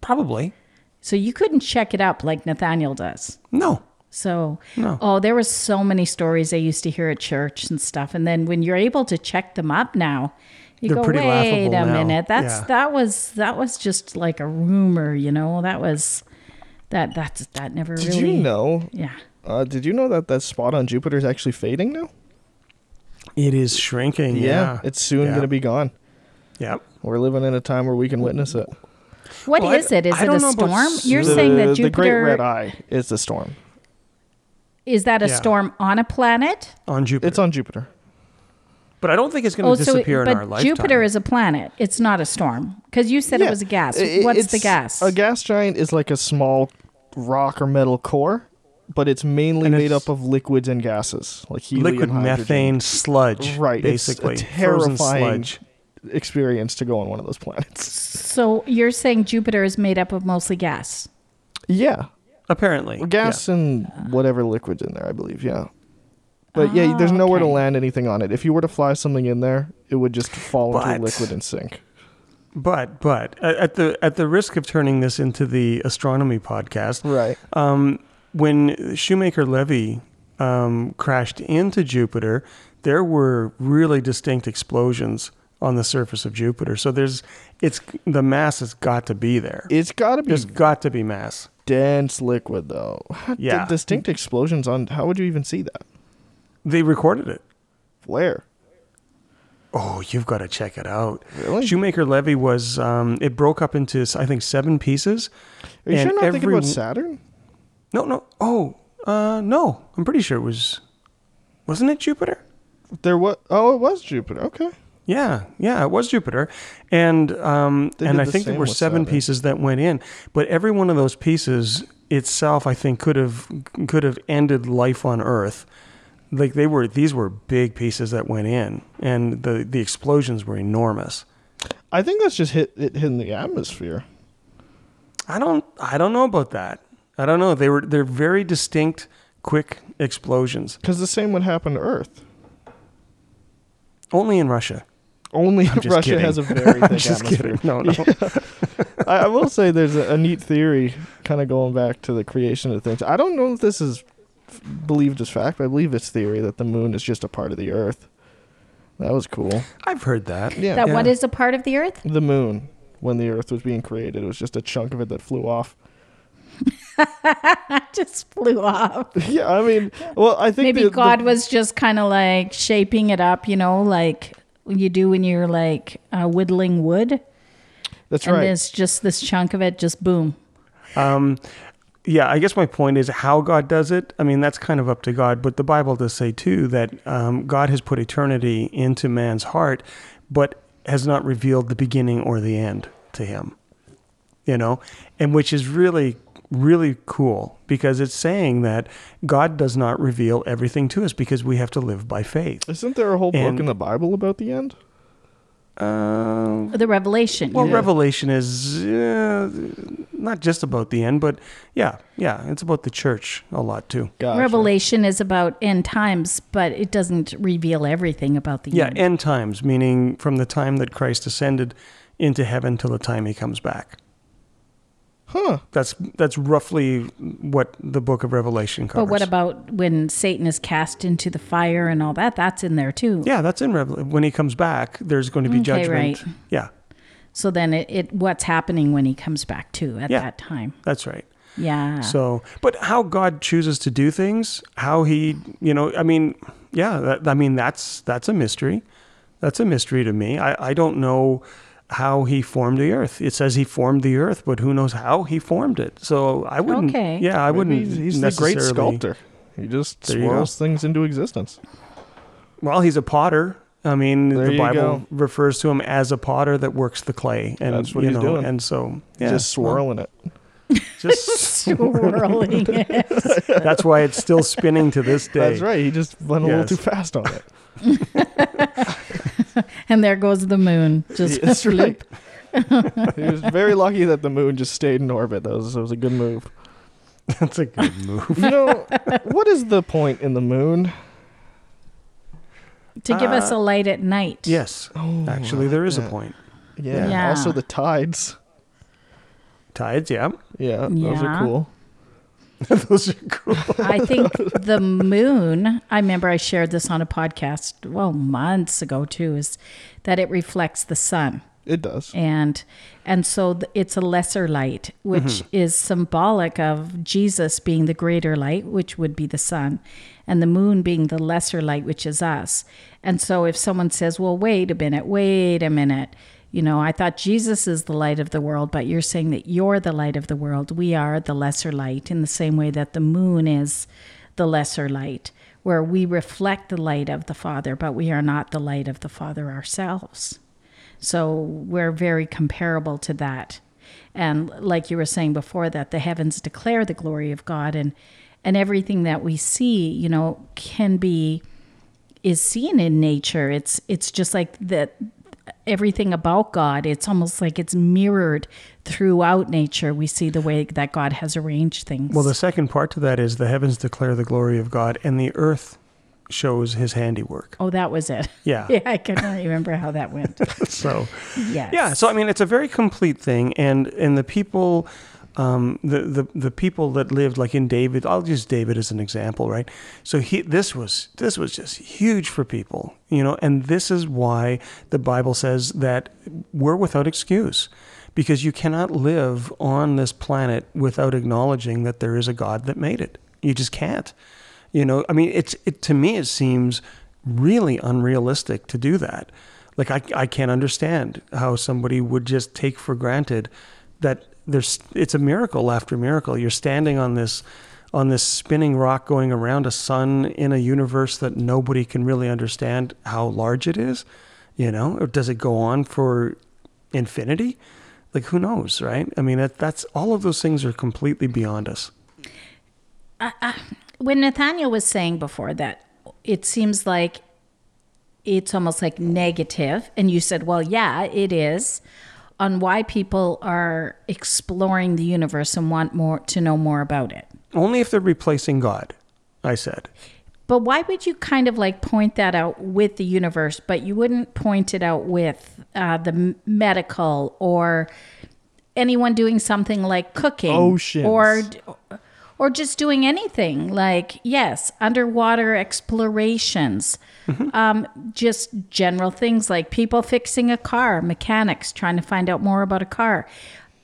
Speaker 2: Probably.
Speaker 1: So you couldn't check it up like Nathaniel does.
Speaker 2: No.
Speaker 1: So,
Speaker 2: No.
Speaker 1: oh, there were so many stories I used to hear at church and stuff. And then when you're able to check them up now, you
Speaker 2: They're
Speaker 1: go,
Speaker 2: pretty
Speaker 1: wait a
Speaker 2: laughable now."
Speaker 1: minute, that's
Speaker 2: Yeah.
Speaker 1: that was that was just like a rumor, you know. That was that that's that never
Speaker 3: Did
Speaker 1: really.
Speaker 3: you know?
Speaker 1: Yeah,
Speaker 3: Uh, did you know that that spot on Jupiter is actually fading now?
Speaker 2: It is shrinking. Yeah.
Speaker 3: it's soon
Speaker 2: Yeah.
Speaker 3: gonna be gone.
Speaker 2: Yep.
Speaker 3: We're living in a time where we can witness it.
Speaker 1: What is
Speaker 2: Well, I-
Speaker 1: it? Is
Speaker 2: I
Speaker 1: it
Speaker 2: don't
Speaker 1: a
Speaker 2: know about
Speaker 1: storm? You're
Speaker 2: the-
Speaker 1: saying that
Speaker 3: the Great Red
Speaker 1: Jupiter
Speaker 3: Eye is the storm.
Speaker 1: is that a
Speaker 2: Yeah.
Speaker 1: storm on a planet?
Speaker 2: On Jupiter.
Speaker 3: It's on Jupiter.
Speaker 2: but But I don't think it's going to
Speaker 1: Oh, so
Speaker 2: disappear
Speaker 1: but
Speaker 2: in our lifetime.
Speaker 1: Jupiter is a planet. It's not a storm because you said
Speaker 3: Yeah.
Speaker 1: it was a gas.
Speaker 3: I-
Speaker 1: What's the
Speaker 3: it's-
Speaker 1: gas?
Speaker 3: A gas giant is like a small rock or metal core, but it's mainly
Speaker 2: And
Speaker 3: made
Speaker 2: it's-
Speaker 3: up of liquids and gases, like helium,
Speaker 2: liquid
Speaker 3: hydrogen.
Speaker 2: methane sludge,
Speaker 3: Right, it's a
Speaker 2: Basically, frozen
Speaker 3: terrifying-
Speaker 2: sludge.
Speaker 3: Experience to go on one of those planets.
Speaker 1: so you're saying Jupiter is made up of mostly gas.
Speaker 3: Yeah,
Speaker 2: Apparently,
Speaker 3: gas and whatever liquids in there, I believe. Yeah. But
Speaker 2: Oh,
Speaker 3: yeah, there's
Speaker 1: Ah,
Speaker 3: nowhere to
Speaker 1: okay.
Speaker 3: land anything on it. If you were to fly something in there, it would just fall
Speaker 2: But-
Speaker 3: into a liquid and sink.
Speaker 2: But but a- at the at the risk of turning this into the astronomy podcast,
Speaker 3: Right.
Speaker 2: um, when Shoemaker Levy um, crashed into Jupiter, there were really distinct explosions on the surface of Jupiter. So there's it's the mass has got to be there.
Speaker 3: It's got to be
Speaker 2: There's got to be mass.
Speaker 3: dense liquid, though. The
Speaker 2: Yeah.
Speaker 3: distinct explosions on. How would you even see that?
Speaker 2: They recorded it.
Speaker 3: Where?
Speaker 2: Oh, you've got to check it out.
Speaker 3: Really?
Speaker 2: Shoemaker Levy was um, it broke up into I think seven pieces.
Speaker 3: Are you
Speaker 2: and
Speaker 3: sure not thinking
Speaker 2: every-
Speaker 3: about Saturn?
Speaker 2: No, no. Oh, uh, no. I'm pretty sure it was. Wasn't it Jupiter?
Speaker 3: There was. Oh, it was Jupiter. Okay.
Speaker 2: Yeah, yeah, it was Jupiter, and um,
Speaker 3: They
Speaker 2: and
Speaker 3: did
Speaker 2: I
Speaker 3: the
Speaker 2: think there
Speaker 3: same
Speaker 2: were
Speaker 3: with
Speaker 2: seven
Speaker 3: Saturn.
Speaker 2: pieces that went in, but every one of those pieces itself, I think, could have could have ended life on Earth. Like they were, these were big pieces that went in, and the the explosions were enormous.
Speaker 3: I think that's just hit it hitting the atmosphere.
Speaker 2: I don't I don't know about that. I don't know. They were they're very distinct, quick explosions.
Speaker 3: Because the same would happen to Earth.
Speaker 2: Only in Russia.
Speaker 3: Only
Speaker 2: I'm just
Speaker 3: Russia
Speaker 2: kidding.
Speaker 3: has a very thick
Speaker 2: I'm just
Speaker 3: atmosphere.
Speaker 2: kidding. No, no.
Speaker 3: I, I will say there's a, a neat theory, kind of going back to the creation of things. I don't know if this is f- believed as fact, but I believe it's theory that the moon is just a part of the Earth. That was cool.
Speaker 2: I've heard that.
Speaker 3: Yeah.
Speaker 1: That
Speaker 2: Yeah.
Speaker 1: what is a part of the Earth?
Speaker 3: the moon when the earth was being created it was just a chunk of it that flew off
Speaker 1: That just flew off.
Speaker 3: yeah i mean well i think
Speaker 1: Maybe
Speaker 3: the- the-
Speaker 1: God was just kind of like shaping it up, you know, like you do when you're like uh, whittling wood,
Speaker 3: that's
Speaker 1: and
Speaker 3: right
Speaker 1: there's just this chunk of it, just boom.
Speaker 2: Um, yeah, I guess my point is how God does it. I mean, that's kind of up to God, but the Bible does say too that um, God has put eternity into man's heart, but has not revealed the beginning or the end to him. You know, and which is really, really cool because it's saying that God does not reveal everything to us because we have to live by faith.
Speaker 3: isn't there a whole book
Speaker 2: and-
Speaker 3: in the bible about the end
Speaker 2: Um,
Speaker 1: The revelation.
Speaker 2: Well,
Speaker 3: Yeah.
Speaker 2: Revelation is uh, not just about the end, but yeah, yeah, it's about the church a lot too.
Speaker 3: Gotcha.
Speaker 1: Revelation is about end times, but it doesn't reveal everything about the
Speaker 2: Yeah,
Speaker 1: end.
Speaker 2: end times, meaning from the time that Christ ascended into heaven till the time he comes back.
Speaker 3: huh
Speaker 2: That's that's roughly what the book of Revelation
Speaker 1: But
Speaker 2: covers.
Speaker 1: what about when Satan is cast into the fire and all that? That's in there too.
Speaker 2: Yeah, that's in Revelation. When he comes back, there's going to be
Speaker 1: Okay,
Speaker 2: judgment.
Speaker 1: right.
Speaker 2: Yeah,
Speaker 1: So then it, it what's happening when he comes back too at
Speaker 2: Yeah.
Speaker 1: that time.
Speaker 2: that's right.
Speaker 1: Yeah.
Speaker 2: So, but how God chooses to do things, how he, you know, I mean, yeah, that, I mean, that's that's a mystery. That's a mystery to me. I, I don't know how he formed the earth. It says he formed the earth, but who knows how he formed it? So I wouldn't.
Speaker 1: Okay.
Speaker 2: Yeah, I
Speaker 3: Maybe
Speaker 2: wouldn't.
Speaker 3: he's, he's the great
Speaker 2: necessarily-
Speaker 3: sculptor he just
Speaker 2: There you
Speaker 3: swirls things into existence
Speaker 2: Well, he's a potter. I mean,
Speaker 3: There
Speaker 2: the
Speaker 3: you
Speaker 2: Bible
Speaker 3: go.
Speaker 2: refers to him as a potter that works the clay, and
Speaker 3: That's what
Speaker 2: you
Speaker 3: he's
Speaker 2: know,
Speaker 3: doing.
Speaker 2: and so yeah,
Speaker 3: just
Speaker 2: well,
Speaker 3: swirling it
Speaker 2: just
Speaker 1: Swirling it.
Speaker 2: that's why it's still spinning to this day.
Speaker 3: that's right he just went a
Speaker 2: Yes.
Speaker 3: little too fast on it
Speaker 1: And there goes the moon. Just
Speaker 3: That's
Speaker 1: floop.
Speaker 3: right. he was very lucky that the moon just stayed in orbit that was, that was a good move
Speaker 2: That's a good move.
Speaker 3: you know what is the point in the moon
Speaker 1: to give us a light at night.
Speaker 2: Yes.
Speaker 3: oh
Speaker 2: Actually, there is a
Speaker 3: yeah.
Speaker 2: point.
Speaker 3: yeah.
Speaker 1: Yeah.
Speaker 3: also the tides
Speaker 2: Tides, yeah.
Speaker 3: yeah, those
Speaker 1: Yeah.
Speaker 3: are cool
Speaker 2: Those are cool.
Speaker 1: I think the moon, I remember I shared this on a podcast, well, months ago too, is that it reflects the sun.
Speaker 3: It does.
Speaker 1: and and so th- it's a lesser light which is symbolic of jesus being the greater light which would be the sun and the moon being the lesser light which is us and so if someone says well wait a minute wait a minute you know i thought jesus is the light of the world but you're saying that you're the light of the world we are the lesser light in the same way that the moon is the lesser light where we reflect the light of the Father, but we are not the light of the Father ourselves. So we're very comparable to that. And like you were saying before, that the heavens declare the glory of God and and everything that we see, you know, can be is seen in nature. It's it's just like that everything about God, it's almost like it's mirrored throughout nature. We see the way that God has arranged things.
Speaker 2: Well, the second part to that is the heavens declare the glory of God, and the earth shows his handiwork.
Speaker 1: oh, that was it.
Speaker 2: Yeah.
Speaker 1: yeah, I cannot remember how that went.
Speaker 2: so,
Speaker 1: Yes.
Speaker 2: yeah. So I mean, it's a very complete thing, and and the people. Um, the, the the people that lived like in David, I'll use David as an example, right? So he this was this was just huge for people, you know, and this is why the Bible says that we're without excuse, because you cannot live on this planet without acknowledging that there is a God that made it. You just can't. You know, I mean, it's it to me it seems really unrealistic to do that. Like I I can't understand how somebody would just take for granted that there's it's a miracle after miracle. You're standing on this on this spinning rock going around a sun in a universe that nobody can really understand how large it is. You know, or does it go on for infinity? Like who knows, right? I mean, that, that's all of those things are completely beyond us.
Speaker 1: when Nathaniel was saying before that it seems like it's almost like negative, and you said, well, yeah, it is, on why people are exploring the universe and want more to know more about it.
Speaker 2: Only if they're replacing God, I said.
Speaker 1: But why would you kind of like point that out with the universe, but you wouldn't point it out with uh, the m- medical or anyone doing something like cooking
Speaker 3: Oceans.
Speaker 1: or or just doing anything like yes, underwater explorations, um, just general things like people fixing a car, mechanics trying to find out more about a car.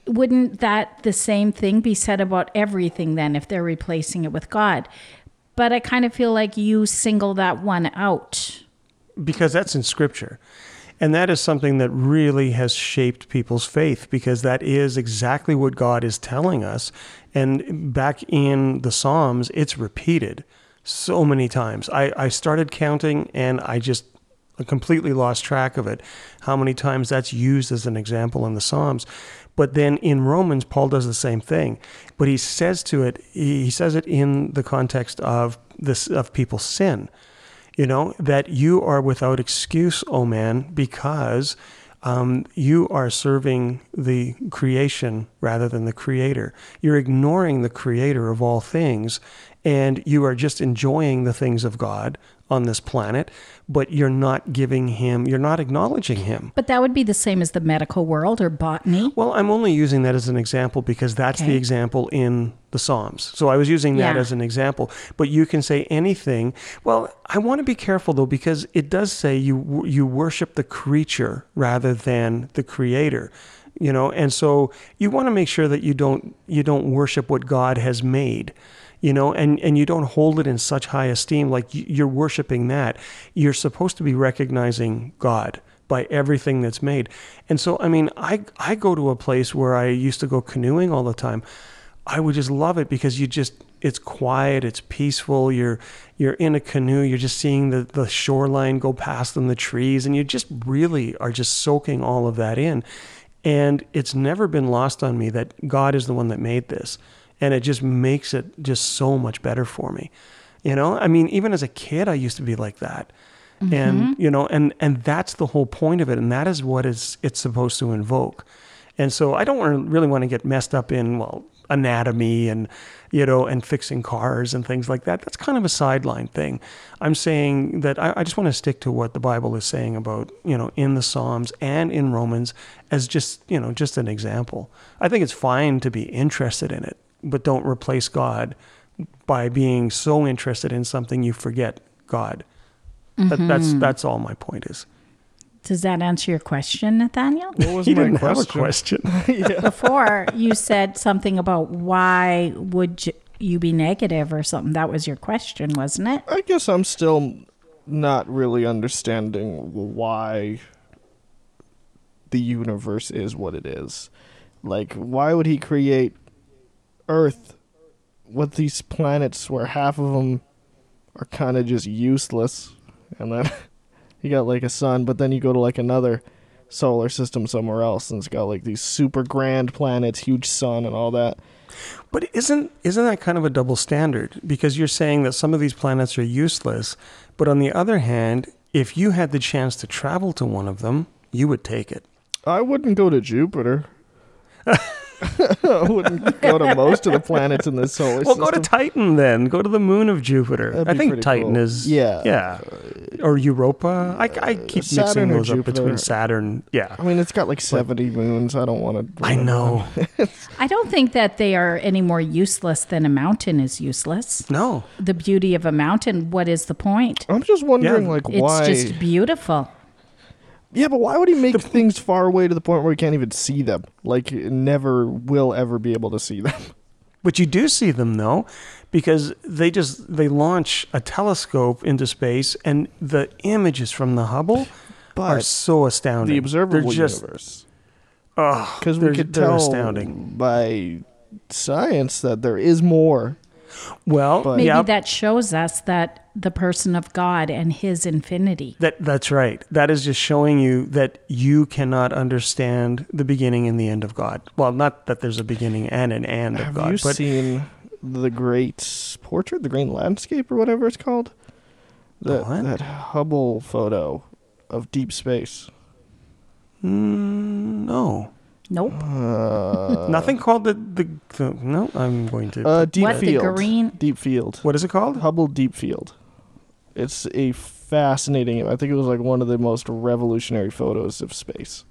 Speaker 1: Wouldn't that the same thing be said about everything then if they're replacing it with God? But I kind of feel like you single that one out.
Speaker 2: because that's in scripture. And that is something that really has shaped people's faith because that is exactly what God is telling us. And back in the Psalms, it's repeated so many times. I, I started counting and I just completely lost track of it, how many times that's used as an example in the Psalms. But then in Romans, Paul does the same thing. But he says to it, he he says it in the context of this of people's sin you know, that you are without excuse, O man, because um, you are serving the creation rather than the creator. You're ignoring the creator of all things, and you are just enjoying the things of God on this planet, but you're not giving him, you're not acknowledging him.
Speaker 1: But that would be the same as the medical world or botany.
Speaker 2: Well, I'm only using that as an example because that's the
Speaker 1: Okay.
Speaker 2: example in the Psalms. So I was using that
Speaker 1: Yeah.
Speaker 2: as an example, but you can say anything. Well, I want to be careful though because it does say you you worship the creature rather than the creator. You know, and so you want to make sure that you don't you don't worship what God has made. You know, and and you don't hold it in such high esteem like y- you're worshiping that. You're supposed to be recognizing God by everything that's made. And so, I mean, I I go to a place where I used to go canoeing all the time. I would just love it because you just it's quiet, it's peaceful. You're you're in a canoe, you're just seeing the the shoreline go past and the trees, and you just really are just soaking all of that in. And it's never been lost on me that God is the one that made this, and it just makes it just so much better for me. You know, I mean, even as a kid, I used to be like that and you know and and that's the whole point of it and that is what is it's supposed to invoke and so i don't want to really want to get messed up in well anatomy and you know and fixing cars and things like that that's kind of a sideline thing i'm saying that I, I just want to stick to what the bible is saying about you know in the psalms and in romans as just you know just an example i think it's fine to be interested in it but don't replace god by being so interested in something you forget god that, that's that's all my point is.
Speaker 1: Does that answer your question, Nathaniel?
Speaker 3: What was
Speaker 2: He
Speaker 3: my
Speaker 2: didn't
Speaker 3: question?
Speaker 2: have a question.
Speaker 3: yeah.
Speaker 1: Before you said something about why would you, you be negative or something. That was your question, wasn't it?
Speaker 3: I guess I'm still not really understanding why the universe is what it is. Like, why would he create Earth with these planets where half of them are kind of just useless. And then you got like a sun, but then you go to like another solar system somewhere else and it's got like these super grand planets, huge sun and all that.
Speaker 2: But isn't isn't that kind of a double standard? Because you're saying that some of these planets are useless, but on the other hand, if you had the chance to travel to one of them, you would take it.
Speaker 3: I wouldn't go to Jupiter. I wouldn't go to most of the planets in this solar
Speaker 2: Well,
Speaker 3: system.
Speaker 2: go to Titan then. Go to the moon of Jupiter.
Speaker 3: That'd
Speaker 2: I
Speaker 3: be
Speaker 2: think
Speaker 3: pretty
Speaker 2: Titan
Speaker 3: cool.
Speaker 2: is
Speaker 3: Yeah. Uh,
Speaker 2: yeah, or Europa. I, I keep mixing
Speaker 3: Saturn or
Speaker 2: those up between
Speaker 3: Jupiter.
Speaker 2: Saturn. Yeah,
Speaker 3: I mean, it's got like 70 moons. I don't want to.
Speaker 2: I know.
Speaker 1: I don't think that they are any more useless than a mountain is useless.
Speaker 2: No,
Speaker 1: The beauty of a mountain, what is the point?
Speaker 3: I'm just wondering,
Speaker 2: Yeah.
Speaker 3: like,
Speaker 1: It's
Speaker 3: why?
Speaker 1: just beautiful.
Speaker 3: Yeah, but why would he make things far away to the point where we can't even see them? Like, never will ever be able to see them.
Speaker 2: But you do see them though, because they just they launch a telescope into space, and the images from the Hubble are
Speaker 3: But
Speaker 2: so astounding.
Speaker 3: the observable
Speaker 2: they're just,
Speaker 3: universe,
Speaker 2: Oh,
Speaker 3: because
Speaker 2: they're-
Speaker 3: we could
Speaker 2: they're
Speaker 3: tell
Speaker 2: astounding.
Speaker 3: by science that there is more.
Speaker 2: Well,
Speaker 3: But-
Speaker 1: Maybe
Speaker 2: yeah,
Speaker 1: that shows us that the person of God and his infinity.
Speaker 2: that that's right. That is just showing you that you cannot understand the beginning and the end of God. Well, not that there's a beginning and an end of
Speaker 3: Have
Speaker 2: Oh, God,
Speaker 3: you
Speaker 2: but
Speaker 3: seen the Great Portrait, the Great Landscape, or whatever it's called?
Speaker 2: The
Speaker 3: That
Speaker 2: what?
Speaker 3: that Hubble photo of deep space.
Speaker 2: Mm, no,
Speaker 1: Nope.
Speaker 3: Uh,
Speaker 2: nothing called the, the the no. I'm going to.
Speaker 3: Uh, deep
Speaker 1: What, the
Speaker 3: field.
Speaker 1: green-
Speaker 3: Deep field.
Speaker 2: what is it called?
Speaker 3: Hubble Deep Field. It's a fascinating. I think it was like one of the most revolutionary photos of space.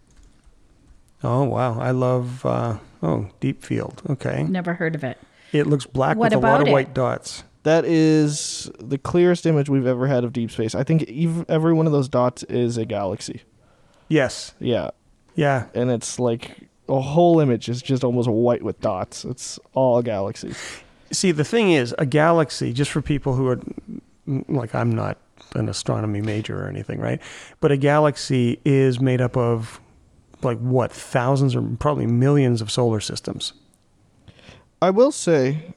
Speaker 2: Oh wow, I love uh, oh deep field. Okay,
Speaker 1: Never heard of it.
Speaker 2: it looks black
Speaker 1: What
Speaker 2: with a lot
Speaker 1: about
Speaker 2: of
Speaker 1: it?
Speaker 2: white dots.
Speaker 3: That is the clearest image we've ever had of deep space. I think ev- every one of those dots is a galaxy.
Speaker 2: Yes,
Speaker 3: Yeah,
Speaker 2: yeah,
Speaker 3: and it's like a whole image is just almost white with dots. It's all galaxies.
Speaker 2: See, the thing is, a galaxy, just for people who are like, I'm not an astronomy major or anything, right? But a galaxy is made up of like what, thousands or probably millions of solar systems.
Speaker 3: I will say,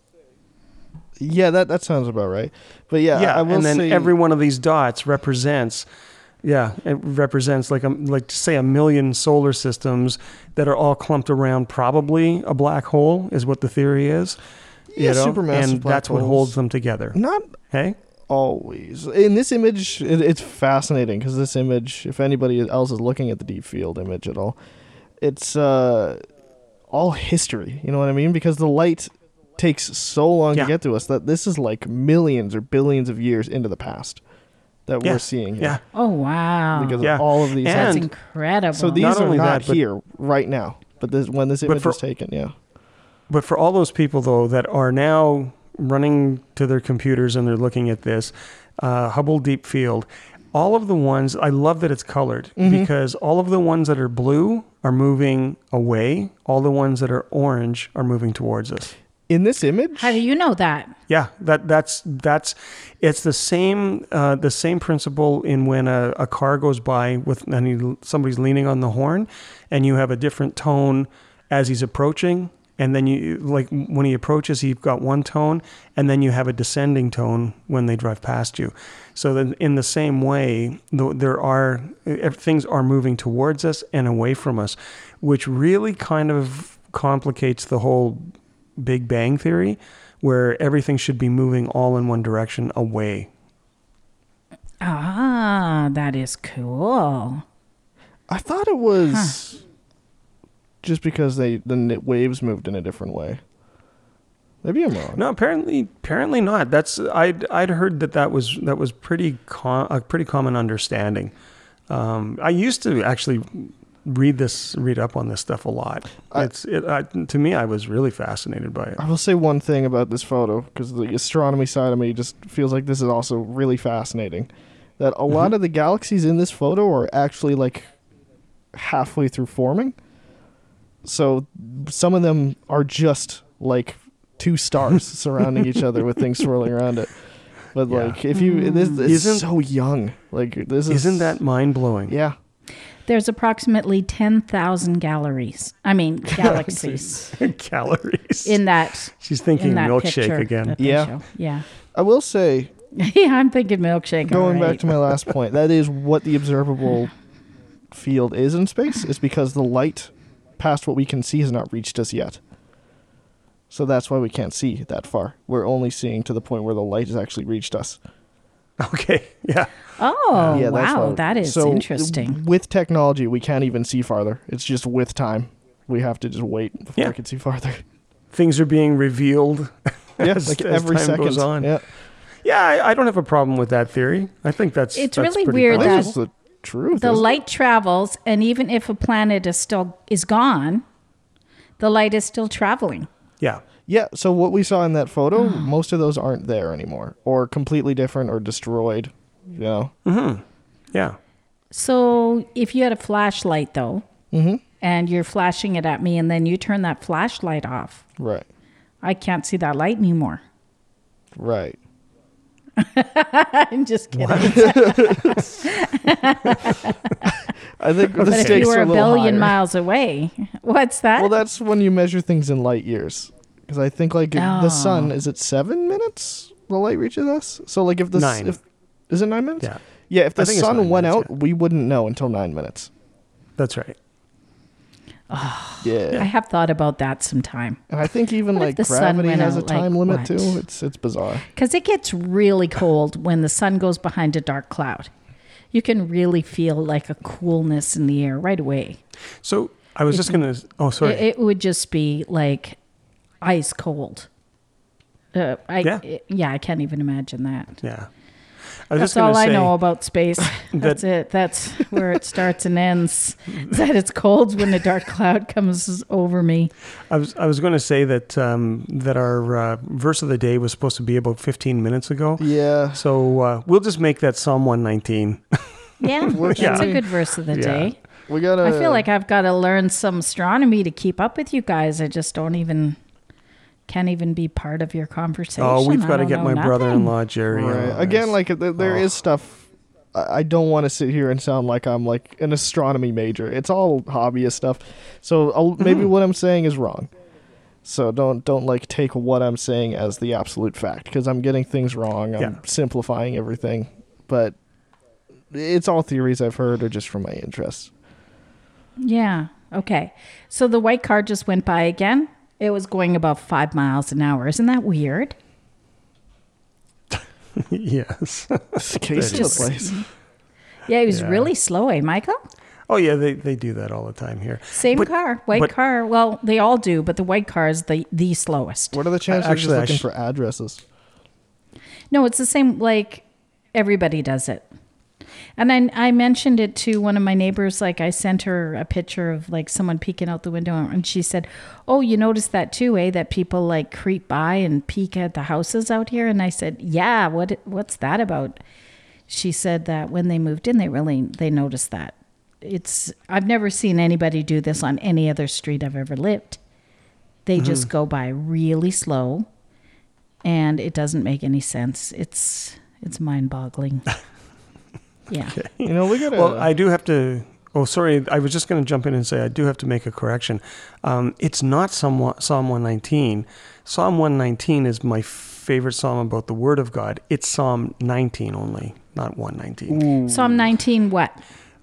Speaker 3: yeah, that that sounds about right. But yeah, I, I will
Speaker 2: and then
Speaker 3: say
Speaker 2: every one of these dots represents. Yeah, it represents like a, like say a million solar systems that are all clumped around probably a black hole is what the theory is.
Speaker 3: Yeah,
Speaker 2: you know?
Speaker 3: supermassive
Speaker 2: and
Speaker 3: black
Speaker 2: that's what
Speaker 3: holes.
Speaker 2: holds them together.
Speaker 3: not
Speaker 2: Okay?
Speaker 3: always in this image it, it's fascinating because this image if anybody else is looking at the deep field image at all it's uh all history you know what i mean because the light takes so long
Speaker 2: Yeah.
Speaker 3: to get to us that this is like millions or billions of years into the past that
Speaker 2: Yeah.
Speaker 3: we're seeing
Speaker 2: Yeah.
Speaker 3: here
Speaker 1: Oh, wow.
Speaker 3: because
Speaker 2: Yeah.
Speaker 3: of all of these
Speaker 2: And-
Speaker 1: That's
Speaker 2: And-
Speaker 1: incredible.
Speaker 3: so these
Speaker 2: Not
Speaker 3: are
Speaker 2: only
Speaker 3: not
Speaker 2: that, but-
Speaker 3: here right now but this when this image
Speaker 2: for-
Speaker 3: was taken yeah
Speaker 2: But for all those people though that are now running to their computers and they're looking at this uh, Hubble Deep Field, all of the ones I love that it's colored because all of the ones that are blue are moving away. All the ones that are orange are moving towards us.
Speaker 3: in this image
Speaker 1: How do you know that?
Speaker 2: Yeah, that that's that's it's the same uh, the same principle in when a, a car goes by with and he, somebody's leaning on the horn, and you have a different tone as he's approaching, and then you like when he approaches, you've got one tone, and then you have a descending tone when they drive past you. So then, in the same way, th- there are eh, things are moving towards us and away from us, which really kind of complicates the whole Big Bang Theory, where everything should be moving all in one direction away.
Speaker 1: Ah, that is cool.
Speaker 3: i thought it was just because they the n- waves moved in a different way maybe i'm wrong
Speaker 2: No, apparently, apparently not. That's I'd I'd heard that that was that was pretty com- a pretty common understanding. Um, I used to actually read this, read up on this stuff a lot.
Speaker 3: I-
Speaker 2: it's it I, to me, I was really fascinated by it.
Speaker 3: I will say one thing about this photo because the astronomy side of me just feels like this is also really fascinating. That a lot of the galaxies in this photo are actually like halfway through forming. So some of them are just like two stars surrounding each other with things swirling around it. But
Speaker 2: Yeah.
Speaker 3: like if you this it's
Speaker 2: Isn't-
Speaker 3: so young. Like this is
Speaker 2: Mm. Isn't that mind blowing?
Speaker 3: yeah.
Speaker 1: There's approximately 10,000 galleries. I mean, galaxies
Speaker 2: Calories.
Speaker 1: in that
Speaker 2: She's
Speaker 1: in
Speaker 2: thinking
Speaker 1: that
Speaker 2: milkshake
Speaker 1: picture
Speaker 2: again.
Speaker 1: that they
Speaker 3: Yeah.
Speaker 1: show. Yeah.
Speaker 3: I will say
Speaker 1: yeah, I'm thinking milkshake.
Speaker 3: Going
Speaker 1: all
Speaker 3: back
Speaker 1: right.
Speaker 3: to my last point, that is what the observable field is in space, is because the light past what we can see has not reached us yet. So that's why we can't see that far. We're only seeing to the point where the light has actually reached us.
Speaker 2: Okay. Yeah.
Speaker 1: oh,
Speaker 3: yeah, that's
Speaker 1: wow,
Speaker 3: why-
Speaker 1: that is
Speaker 3: so
Speaker 1: interesting.
Speaker 3: With technology, we can't even see farther. It's just with time, we have to just wait before
Speaker 2: Yeah.
Speaker 3: we can see farther.
Speaker 2: Things are being revealed.
Speaker 3: Yeah,
Speaker 2: As-
Speaker 3: like
Speaker 2: as
Speaker 3: every
Speaker 2: time
Speaker 3: second.
Speaker 2: goes on.
Speaker 3: Yeah,
Speaker 2: Yeah, I, I don't have a problem with that theory. I think that's
Speaker 1: It's
Speaker 2: that's
Speaker 1: really
Speaker 2: pretty
Speaker 1: weird
Speaker 2: possible.
Speaker 1: that-
Speaker 3: that's the truth.
Speaker 1: The
Speaker 3: isn't it?
Speaker 1: light travels, and even if a planet is still is gone, the light is still traveling.
Speaker 2: Yeah.
Speaker 3: Yeah, so what we saw in that photo, most of those aren't there anymore, or completely different, or destroyed. You know,
Speaker 2: Yeah.
Speaker 1: So if you had a flashlight though,
Speaker 3: Mm-hmm.
Speaker 1: and you're flashing it at me, and then you turn that flashlight off,
Speaker 3: right,
Speaker 1: I can't see that light anymore.
Speaker 3: right.
Speaker 1: I'm just kidding.
Speaker 3: I think the
Speaker 1: But if you
Speaker 3: stakes
Speaker 1: were
Speaker 3: are
Speaker 1: a
Speaker 3: a little
Speaker 1: billion
Speaker 3: higher.
Speaker 1: miles away, what's that?
Speaker 3: Well, that's when you measure things in light years, because I think like if the sun
Speaker 1: Oh.
Speaker 3: is it seven minutes the light reaches us. So like if the s-
Speaker 2: Nine.
Speaker 3: if is it nine minutes?
Speaker 2: Yeah.
Speaker 3: Yeah, if the
Speaker 2: I think it's
Speaker 3: sun
Speaker 2: nine
Speaker 3: went
Speaker 2: minutes,
Speaker 3: out, we wouldn't know until nine minutes.
Speaker 2: That's right.
Speaker 3: Yeah,
Speaker 1: I have thought about that sometime
Speaker 3: and I think even
Speaker 1: What if
Speaker 3: like
Speaker 1: the sun
Speaker 3: gravity
Speaker 1: went
Speaker 3: has a
Speaker 1: out, like,
Speaker 3: time limit
Speaker 1: what?
Speaker 3: too. It's it's bizarre.
Speaker 1: because it gets really cold when the sun goes behind a dark cloud. You can really feel like a coolness in the air right away.
Speaker 2: So I was just gonna. Oh, sorry.
Speaker 1: It, it would just be like ice cold. Uh, I,
Speaker 2: Yeah.
Speaker 1: it- yeah, I can't even imagine that.
Speaker 2: yeah. I was just
Speaker 1: That's
Speaker 2: gonna
Speaker 1: all I
Speaker 2: say-
Speaker 1: know about space. That's it. That's where it starts and ends. Is that it's cold when a dark cloud comes over me.
Speaker 2: I was I was going to say that um, that our uh, verse of the day was supposed to be about 15 minutes ago.
Speaker 3: Yeah,
Speaker 2: So uh, we'll just make that Psalm 119.
Speaker 1: Yeah,
Speaker 3: Works
Speaker 1: that's
Speaker 3: for
Speaker 1: a
Speaker 3: me.
Speaker 1: good verse of the
Speaker 2: Yeah.
Speaker 1: day.
Speaker 3: we gotta.
Speaker 1: I feel like I've got to learn some astronomy to keep up with you guys. I just don't even can't even be part of your conversation.
Speaker 2: oh, we've got to
Speaker 1: to
Speaker 2: get my brother-in-law Jerry. on
Speaker 3: Right.
Speaker 2: this.
Speaker 3: Again, like there, there is stuff. I I don't want to sit here and sound like I'm like an astronomy major. It's all hobbyist stuff. So I'll, maybe what I'm saying is wrong. So don't don't like take what I'm saying as the absolute fact because I'm getting things wrong. I'm
Speaker 2: Yeah.
Speaker 3: simplifying everything, but it's all theories I've heard or just from my interests.
Speaker 1: Yeah. Okay. So the white car just went by again. It was going about five miles an hour. Isn't that weird?
Speaker 2: yes.
Speaker 3: It's a case
Speaker 2: That
Speaker 3: of the
Speaker 1: is-
Speaker 3: place.
Speaker 1: Yeah, it was
Speaker 2: Yeah.
Speaker 1: really slow, eh, Michael?
Speaker 2: Oh yeah, they, they do that all the time here.
Speaker 1: Same
Speaker 2: But-
Speaker 1: car, white
Speaker 2: but-
Speaker 1: car. Well, they all do, but the white car is the the slowest.
Speaker 3: What are the chances?
Speaker 2: actually,
Speaker 3: Actually,
Speaker 2: I
Speaker 3: just looking
Speaker 2: sh-
Speaker 3: for addresses.
Speaker 1: No, it's the same. Like everybody does it. And I, I mentioned it to one of my neighbors. Like I sent her a picture of like someone peeking out the window, and she said, "Oh, you noticed that too, eh? That people like creep by and peek at the houses out here." And I said, "Yeah, what what's that about?" She said that when they moved in, they really they noticed that. It's I've never seen anybody do this on any other street I've ever lived. They just go by really slow, and it doesn't make any sense. It's it's mind boggling. yeah.
Speaker 3: You know, we gotta.
Speaker 2: Well, I do have to. Oh, sorry. I was just going to jump in and say I do have to make a correction. Um, it's not Psalm, Psalm 119. Psalm 119 is my favorite psalm about the Word of God. It's Psalm 19 only, not 119.
Speaker 1: Psalm 19, what?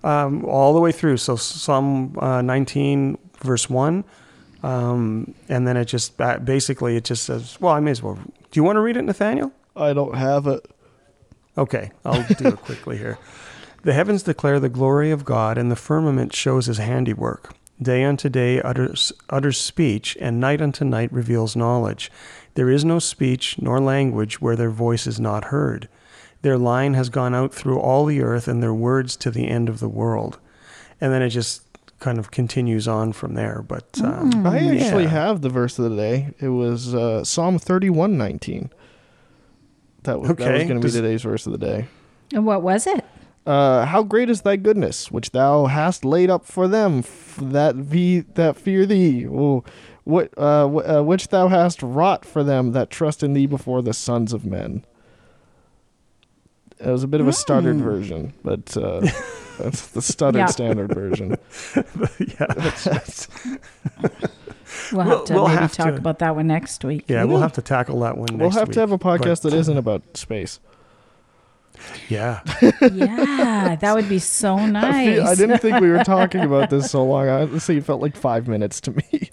Speaker 2: um, all the way through. So Psalm uh, 19, verse one, um, and then it just ba- basically it just says, "Well, I may as well." Do you want to read it, Nathaniel?
Speaker 3: I don't have it.
Speaker 2: Okay, I'll do it quickly here. The heavens declare the glory of God, and the firmament shows his handiwork. Day unto day utters, utters speech, and night unto night reveals knowledge. There is no speech nor language where their voice is not heard. Their line has gone out through all the earth, and their words to the end of the world. And then it just kind of continues on from there. But um,
Speaker 3: I actually
Speaker 2: yeah.
Speaker 3: have the verse of the day. It was uh, Psalm thirty-one nineteen. That was, that was
Speaker 2: Okay,
Speaker 3: going to be
Speaker 2: does-
Speaker 3: today's verse of the day.
Speaker 1: And what was it?
Speaker 3: Uh, How great is thy goodness, which thou hast laid up for them f- that be that fear thee. Ooh. What uh, wh- uh, which thou hast wrought for them that trust in thee before the sons of men. It was a bit of a stuttered
Speaker 2: Hmm.
Speaker 3: version, but uh, that's the stuttered
Speaker 1: Yeah.
Speaker 3: standard version.
Speaker 2: yeah, that's- that's-
Speaker 1: We'll
Speaker 2: We'll-
Speaker 1: have to
Speaker 2: we'll
Speaker 1: maybe
Speaker 2: have
Speaker 1: talk
Speaker 2: to-
Speaker 1: about that one next week.
Speaker 2: yeah, we'll have to tackle that one.
Speaker 3: we'll
Speaker 2: next
Speaker 3: have
Speaker 2: week.
Speaker 3: to have a podcast
Speaker 2: But-
Speaker 3: that isn't about space.
Speaker 2: Yeah.
Speaker 1: Yeah, that would be so
Speaker 3: I, feel- I
Speaker 1: nice.
Speaker 3: didn't think we were talking about this so long. Honestly, it felt like five minutes to me.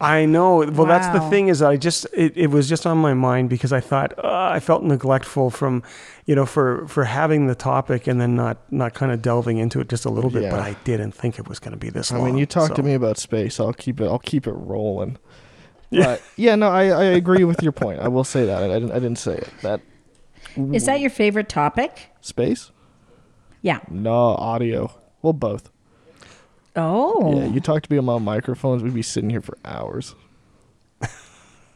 Speaker 2: I know. Well, that's the
Speaker 1: Wow.
Speaker 2: thing is I just it, it was just on my mind because I thought uh, I felt neglectful from, you know, for for having the topic and then not not kind of delving into it just a little bit.
Speaker 3: Yeah.
Speaker 2: But I didn't think it was going to be this
Speaker 3: I
Speaker 2: long.
Speaker 3: mean, you talk
Speaker 2: so-
Speaker 3: to me about space. I'll keep it. I'll keep it rolling.
Speaker 2: Yeah.
Speaker 3: But, yeah. No, I, I agree with your point. I will say that. I, I didn't. I didn't say it. That
Speaker 1: Is that your favorite topic?
Speaker 3: space?
Speaker 1: Yeah.
Speaker 3: No, audio. Well, both.
Speaker 1: Oh,
Speaker 3: Yeah. You talk to me about microphones. We'd be sitting here for hours.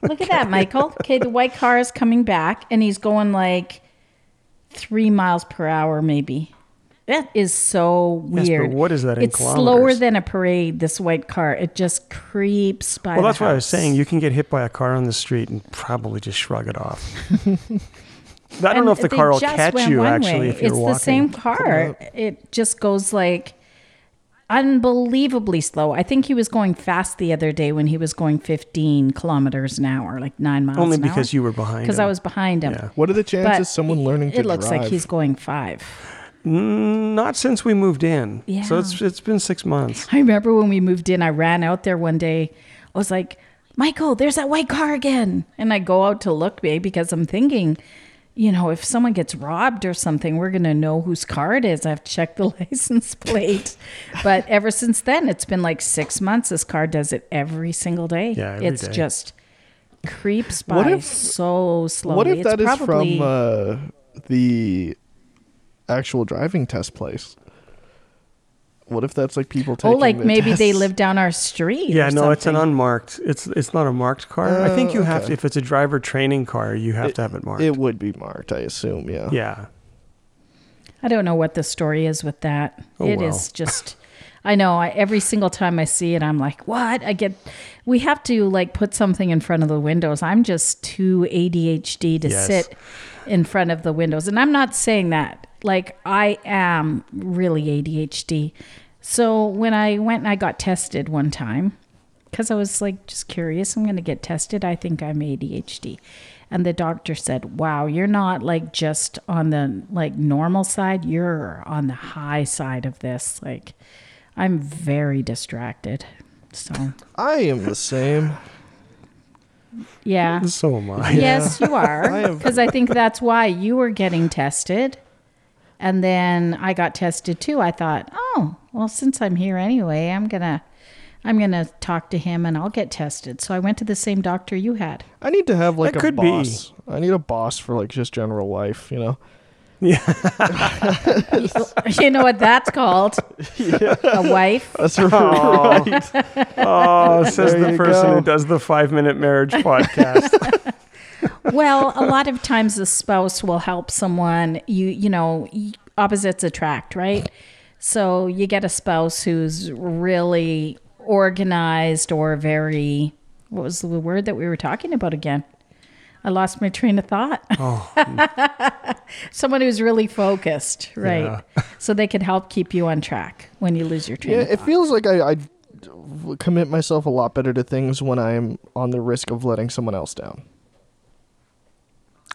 Speaker 1: look at that, Michael. Okay, the white car is coming back, and he's going like three miles per hour, maybe. That is so
Speaker 2: Yes,
Speaker 1: weird.
Speaker 2: but what is that in
Speaker 1: It's
Speaker 2: kilometers?
Speaker 1: slower than a parade. This white car, it just creeps by.
Speaker 2: Well,
Speaker 1: the
Speaker 2: that's what I was
Speaker 1: house.
Speaker 2: saying. You can get hit by a car on the street and probably just shrug it off. I don't
Speaker 1: And
Speaker 2: know if the
Speaker 1: they
Speaker 2: car will
Speaker 1: just
Speaker 2: catch
Speaker 1: went
Speaker 2: you
Speaker 1: one
Speaker 2: actually
Speaker 1: way.
Speaker 2: if you're
Speaker 1: it's
Speaker 2: walking.
Speaker 1: the same car. It just goes like unbelievably slow. I think he was going fast the other day when he was going 15 kilometers an hour, like nine miles.
Speaker 2: Only because you were behind.
Speaker 1: because
Speaker 2: him.
Speaker 1: I was behind him.
Speaker 2: Yeah.
Speaker 3: What are the chances
Speaker 1: But
Speaker 3: someone learning to
Speaker 1: It looks
Speaker 3: drive?
Speaker 1: like he's going five.
Speaker 2: Mm, not since we moved in.
Speaker 1: Yeah.
Speaker 2: So it's it's been six months.
Speaker 1: I remember when we moved in, I ran out there one day. I was like, Michael, there's that white car again. And I go out to look, babe, because I'm thinking, you know, if someone gets robbed or something, we're going to know whose car it is. I've checked the license plate. but ever since then, it's been like six months. This car does it every single day.
Speaker 2: Yeah, every
Speaker 1: it's
Speaker 2: day.
Speaker 1: just creeps by
Speaker 3: What if-
Speaker 1: so slowly.
Speaker 3: what if
Speaker 1: it's
Speaker 3: that is
Speaker 1: probably,
Speaker 3: from uh, the actual driving test place? What if that's like people
Speaker 1: oh,
Speaker 3: taking?
Speaker 1: like
Speaker 3: the
Speaker 1: maybe they
Speaker 3: tests?
Speaker 1: live down our street.
Speaker 2: Yeah,
Speaker 1: or
Speaker 2: no, it's an
Speaker 1: something.
Speaker 2: unmarked. It's it's not a marked car. I think
Speaker 3: Oh,
Speaker 2: you have
Speaker 3: okay.
Speaker 2: to, if it's a driver training car, you have to have it marked.
Speaker 3: It would be marked, I assume. Yeah.
Speaker 2: yeah.
Speaker 1: I don't know what the story is with that.
Speaker 2: Oh,
Speaker 1: It is
Speaker 2: well.
Speaker 1: just, I know. I, every single time I see it, I'm like, what? I get. We have to like put something in front of the windows. I'm just too ADHD to
Speaker 2: Yes.
Speaker 1: sit in front of the windows, and I'm not saying that. Like I am really ADHD. So when I went and I got tested one time, because I was like just curious. I'm going to get tested. I think I'm ADHD. And the doctor said, "Wow, you're not like just on the like normal side. You're on the high side of this. Like, I'm very distracted. So,
Speaker 3: I am the same.
Speaker 1: yeah,
Speaker 2: So am I.
Speaker 1: yes, you
Speaker 3: I
Speaker 1: are,
Speaker 3: have-
Speaker 1: because I think that's why you were getting tested. And then I got tested too. I thought, oh, well, since I'm here anyway, I'm gonna, I'm gonna talk to him and I'll get tested. So I went to the same doctor you had.
Speaker 3: I need to have like
Speaker 2: That
Speaker 3: a
Speaker 2: could be.
Speaker 3: boss. I need a boss for like just general life, you know.
Speaker 1: you know what that's called? A wife.
Speaker 3: That's right.
Speaker 2: Oh, oh says
Speaker 3: There
Speaker 2: the
Speaker 3: you
Speaker 2: person
Speaker 3: go.
Speaker 2: who does the five minute marriage podcast.
Speaker 1: Well, a lot of times the spouse will help someone. You you know, y- opposites attract, right? So you get a spouse who's really organized or very what was the word that we were talking about again? I lost my train of thought.
Speaker 3: Oh, hmm.
Speaker 1: Someone who's really focused, right? so they can help keep you on track when you lose your train
Speaker 3: Yeah,
Speaker 1: of
Speaker 3: it feels like I, I commit myself a lot better to things when I'm on the risk of letting someone else down.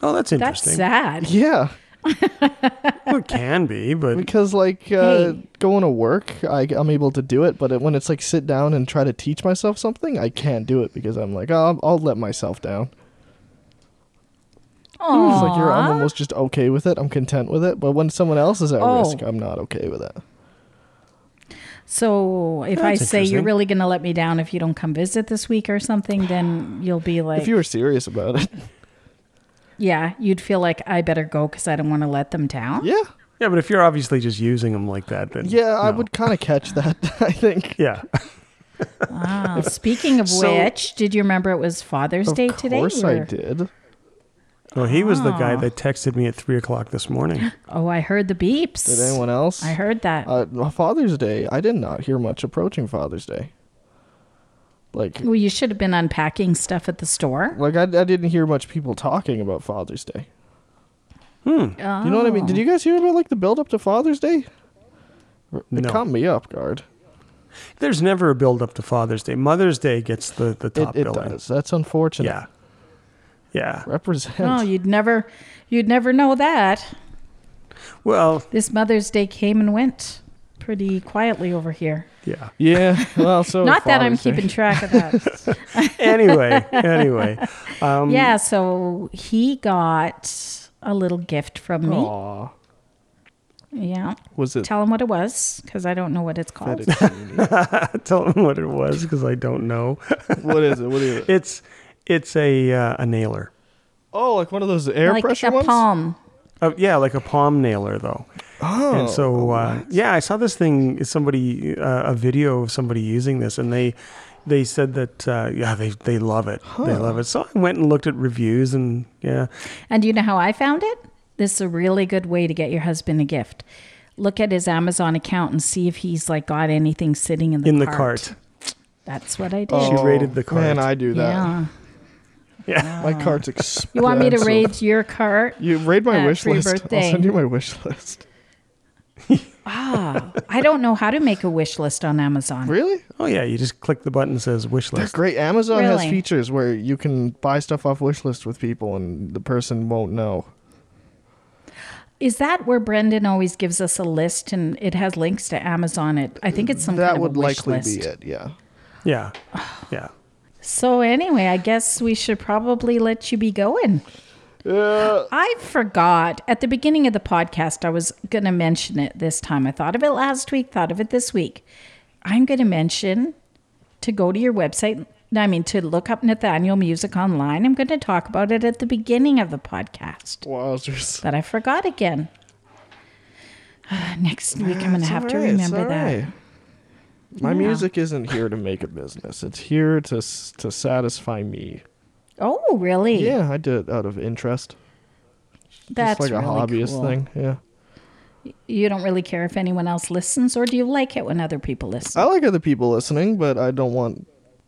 Speaker 2: oh, that's
Speaker 1: That's
Speaker 2: interesting.
Speaker 1: sad.
Speaker 3: Yeah,
Speaker 2: Well, it can be, but
Speaker 3: because like uh,
Speaker 1: Hey.
Speaker 3: going to work, I, I'm able to do it, but it, when it's like sit down and try to teach myself something, I can't do it because I'm like, oh, I'll let myself down. Hmm. It's like you're, I'm
Speaker 1: Aw.
Speaker 3: almost just okay with it. I'm content with it. But when someone else is at
Speaker 1: Oh.
Speaker 3: risk, I'm not okay with it.
Speaker 1: So if I
Speaker 2: That's
Speaker 1: say you're
Speaker 2: interesting.
Speaker 1: really going to let me down if you don't come visit this week or something, then you'll be like,
Speaker 3: If you were serious about it,
Speaker 1: yeah, you'd feel like I better go because I don't want to let them down.
Speaker 3: yeah,
Speaker 2: yeah, but if you're obviously just using them like that, then
Speaker 3: yeah, I
Speaker 2: no.
Speaker 3: would kind of catch that. I think.
Speaker 2: Yeah,
Speaker 1: Wow. Speaking of
Speaker 3: So-
Speaker 1: which, did you remember it was Father's Day today?
Speaker 3: Of course,
Speaker 1: We
Speaker 3: I
Speaker 1: were-
Speaker 3: did.
Speaker 2: well, he was the guy
Speaker 1: Ah.
Speaker 2: that texted me at three o'clock this morning.
Speaker 1: Oh, I heard the beeps.
Speaker 3: Did anyone else?
Speaker 1: I heard that.
Speaker 3: Uh, Father's Day. I did not hear much approaching Father's Day. Like,
Speaker 1: well, you should have been unpacking stuff at the store.
Speaker 3: like I, I didn't hear much people talking about Father's Day.
Speaker 1: Oh.
Speaker 3: You know what I mean? Did you guys hear about like the build up to Father's Day? It
Speaker 2: No.
Speaker 3: caught me up guard.
Speaker 2: There's never a build up to Father's Day. Mother's Day gets the the
Speaker 3: It,
Speaker 2: top
Speaker 3: it
Speaker 2: billing.
Speaker 3: does. That's unfortunate.
Speaker 2: Yeah, yeah.
Speaker 3: Represent.
Speaker 1: Oh, you'd never, you'd never know that.
Speaker 2: Well,
Speaker 1: This Mother's Day came and went pretty quietly over here.
Speaker 2: yeah.
Speaker 3: Yeah. Well, so
Speaker 1: Not that I'm
Speaker 3: Father's Day.
Speaker 1: keeping track of that.
Speaker 2: Anyway, anyway. Um,
Speaker 1: yeah, so he got a little gift from me.
Speaker 3: Aw.
Speaker 1: Yeah.
Speaker 3: Was it
Speaker 1: Tell him what it was because I don't know what it's called.
Speaker 3: fettuccine?
Speaker 2: Tell them what it was because I don't know.
Speaker 3: what is it? What is it?
Speaker 2: It's it's a uh, a nailer.
Speaker 3: Oh, like one of those air
Speaker 1: like
Speaker 3: pressure
Speaker 1: a
Speaker 3: ones.
Speaker 1: palm.
Speaker 2: Uh, yeah, like a palm nailer though.
Speaker 3: Oh.
Speaker 2: and so uh, yeah, I saw this thing. Somebody uh, a video of somebody using this, and they they said that uh, yeah they they love it. They love it. So I went and looked at reviews, and yeah,
Speaker 1: And do you know how I found it? This is a really good way to get your husband a gift. Look at his Amazon account and see if he's like got anything sitting in the
Speaker 2: in the
Speaker 1: cart.
Speaker 2: cart.
Speaker 1: That's what I did.
Speaker 2: She raided the cart.
Speaker 3: Man, I Oh, do that.
Speaker 1: yeah.
Speaker 2: Yeah.
Speaker 3: My cart's expensive.
Speaker 1: You want me to raid your cart?
Speaker 3: You raid my
Speaker 1: uh,
Speaker 3: wish
Speaker 1: for your
Speaker 3: list.
Speaker 1: birthday?
Speaker 3: I'll send you my wish list.
Speaker 1: Ah, I don't know how to make a wish list on Amazon.
Speaker 3: Really?
Speaker 2: Oh yeah, you just click the button that says wish
Speaker 3: They're
Speaker 2: list.
Speaker 3: great. Amazon has
Speaker 1: Really?
Speaker 3: features where you can buy stuff off wish list with people, and the person won't know.
Speaker 1: Is that where Brendan always gives us a list and it has links to Amazon? It I think it's some
Speaker 3: that
Speaker 1: kind of
Speaker 3: would
Speaker 1: a wish
Speaker 3: likely
Speaker 1: list.
Speaker 3: be it. Yeah.
Speaker 2: Yeah, yeah.
Speaker 1: So anyway, I guess we should probably let you be going. I forgot at the beginning of the podcast I was going to mention it this time. I thought of it last week, thought of it this week. I'm going to mention to go to your website, I mean to look up Nathaniel Music online. I'm going to talk about it at the beginning of the podcast.
Speaker 3: Wowzers.
Speaker 1: But I forgot again. Ah, Next week, I'm going to
Speaker 3: It's
Speaker 1: have to
Speaker 3: alright, it's
Speaker 1: remember that.
Speaker 3: alright. My music isn't here to make a business. It's here to s- to satisfy me.
Speaker 1: Oh, really?
Speaker 3: Yeah, I did it out of interest.
Speaker 1: That's
Speaker 3: Just like a
Speaker 1: really
Speaker 3: hobbyist
Speaker 1: cool.
Speaker 3: thing. Yeah.
Speaker 1: You don't really care if anyone else listens, or do you like it when other people listen?
Speaker 3: I like other people listening, but I don't want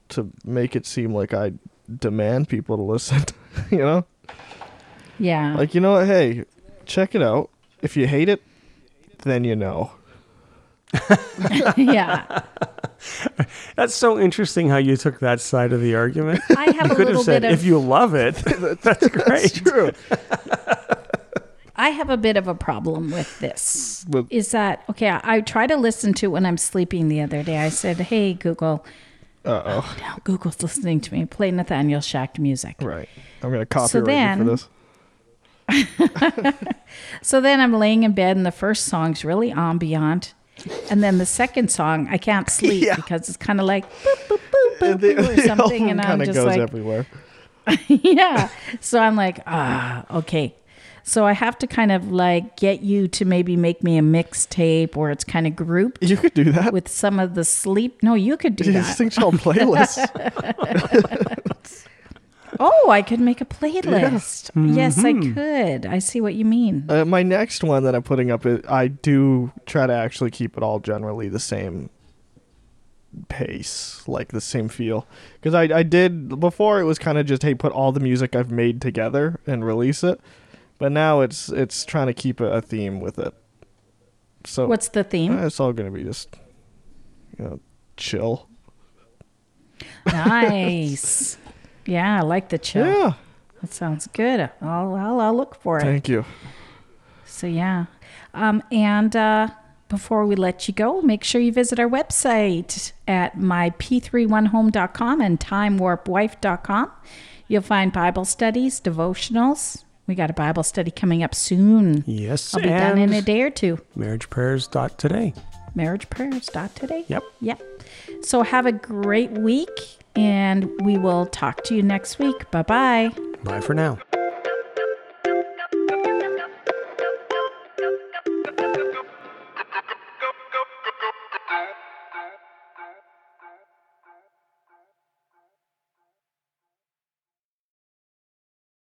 Speaker 3: to make it seem like I demand people to listen. you know,
Speaker 1: yeah.
Speaker 3: like you know what? Hey, check it out. If you hate it, then you know.
Speaker 1: yeah.
Speaker 2: That's so interesting how you took that side of the argument.
Speaker 1: I have a
Speaker 2: Could have
Speaker 1: little
Speaker 2: said
Speaker 1: bit
Speaker 2: if
Speaker 1: of
Speaker 2: you love it, that's great.
Speaker 3: True.
Speaker 1: I have a bit of a problem with this.
Speaker 3: With-
Speaker 1: Is that okay? I, I try to listen to it when I'm sleeping the other day. I said, Hey, Google.
Speaker 3: Uh oh.
Speaker 1: Now Google's listening to me. Play Nathaniel Schacht music.
Speaker 3: Right. I'm gonna copyright you
Speaker 1: then-
Speaker 3: for this.
Speaker 1: So then I'm laying in bed, and the first song's really ambient. And then the second song, I can't sleep
Speaker 3: Yeah.
Speaker 1: because it's kind of like boop, boop, boop, boop,
Speaker 3: The-
Speaker 1: boop, or
Speaker 3: the
Speaker 1: something.
Speaker 3: album
Speaker 1: And I'm
Speaker 3: kinda
Speaker 1: just
Speaker 3: goes
Speaker 1: like,
Speaker 3: everywhere.
Speaker 1: yeah. So I'm like, ah, okay. So I have to kind of like get you to maybe make me a mixtape or it's kind of grouped
Speaker 3: You could do that.
Speaker 1: with some of the sleep. No, you could do
Speaker 3: These
Speaker 1: that.
Speaker 3: things called playlists.
Speaker 1: Oh, I could make a playlist. Yes, I could. I see what you mean.
Speaker 3: Mm-hmm. Uh, my next one that I'm putting up, i- I do try to actually keep it all generally the same pace, like the same feel. Because I, I did, before it was kind of just, hey, put all the music I've made together and release it. But now it's it's trying to keep a, a theme with it. So
Speaker 1: What's the theme?
Speaker 3: uh, it's all going to be just, you know, chill.
Speaker 1: Nice. Yeah, I like the chill.
Speaker 3: Yeah.
Speaker 1: That sounds good. I'll, I'll, I'll look for it.
Speaker 3: Thank you.
Speaker 1: So, yeah. Um, and uh, before we let you go, make sure you visit our website at myp31home.com and timewarpwife.com. You'll find Bible studies, devotionals. We got a Bible study coming up soon.
Speaker 2: Yes,
Speaker 1: I'll be done in a day or two.
Speaker 2: marriageprayers.today.
Speaker 1: Marriageprayers.today.
Speaker 2: Yep.
Speaker 1: Yep. So, have a great week, and we will talk to you next week. Bye bye.
Speaker 2: Bye for now.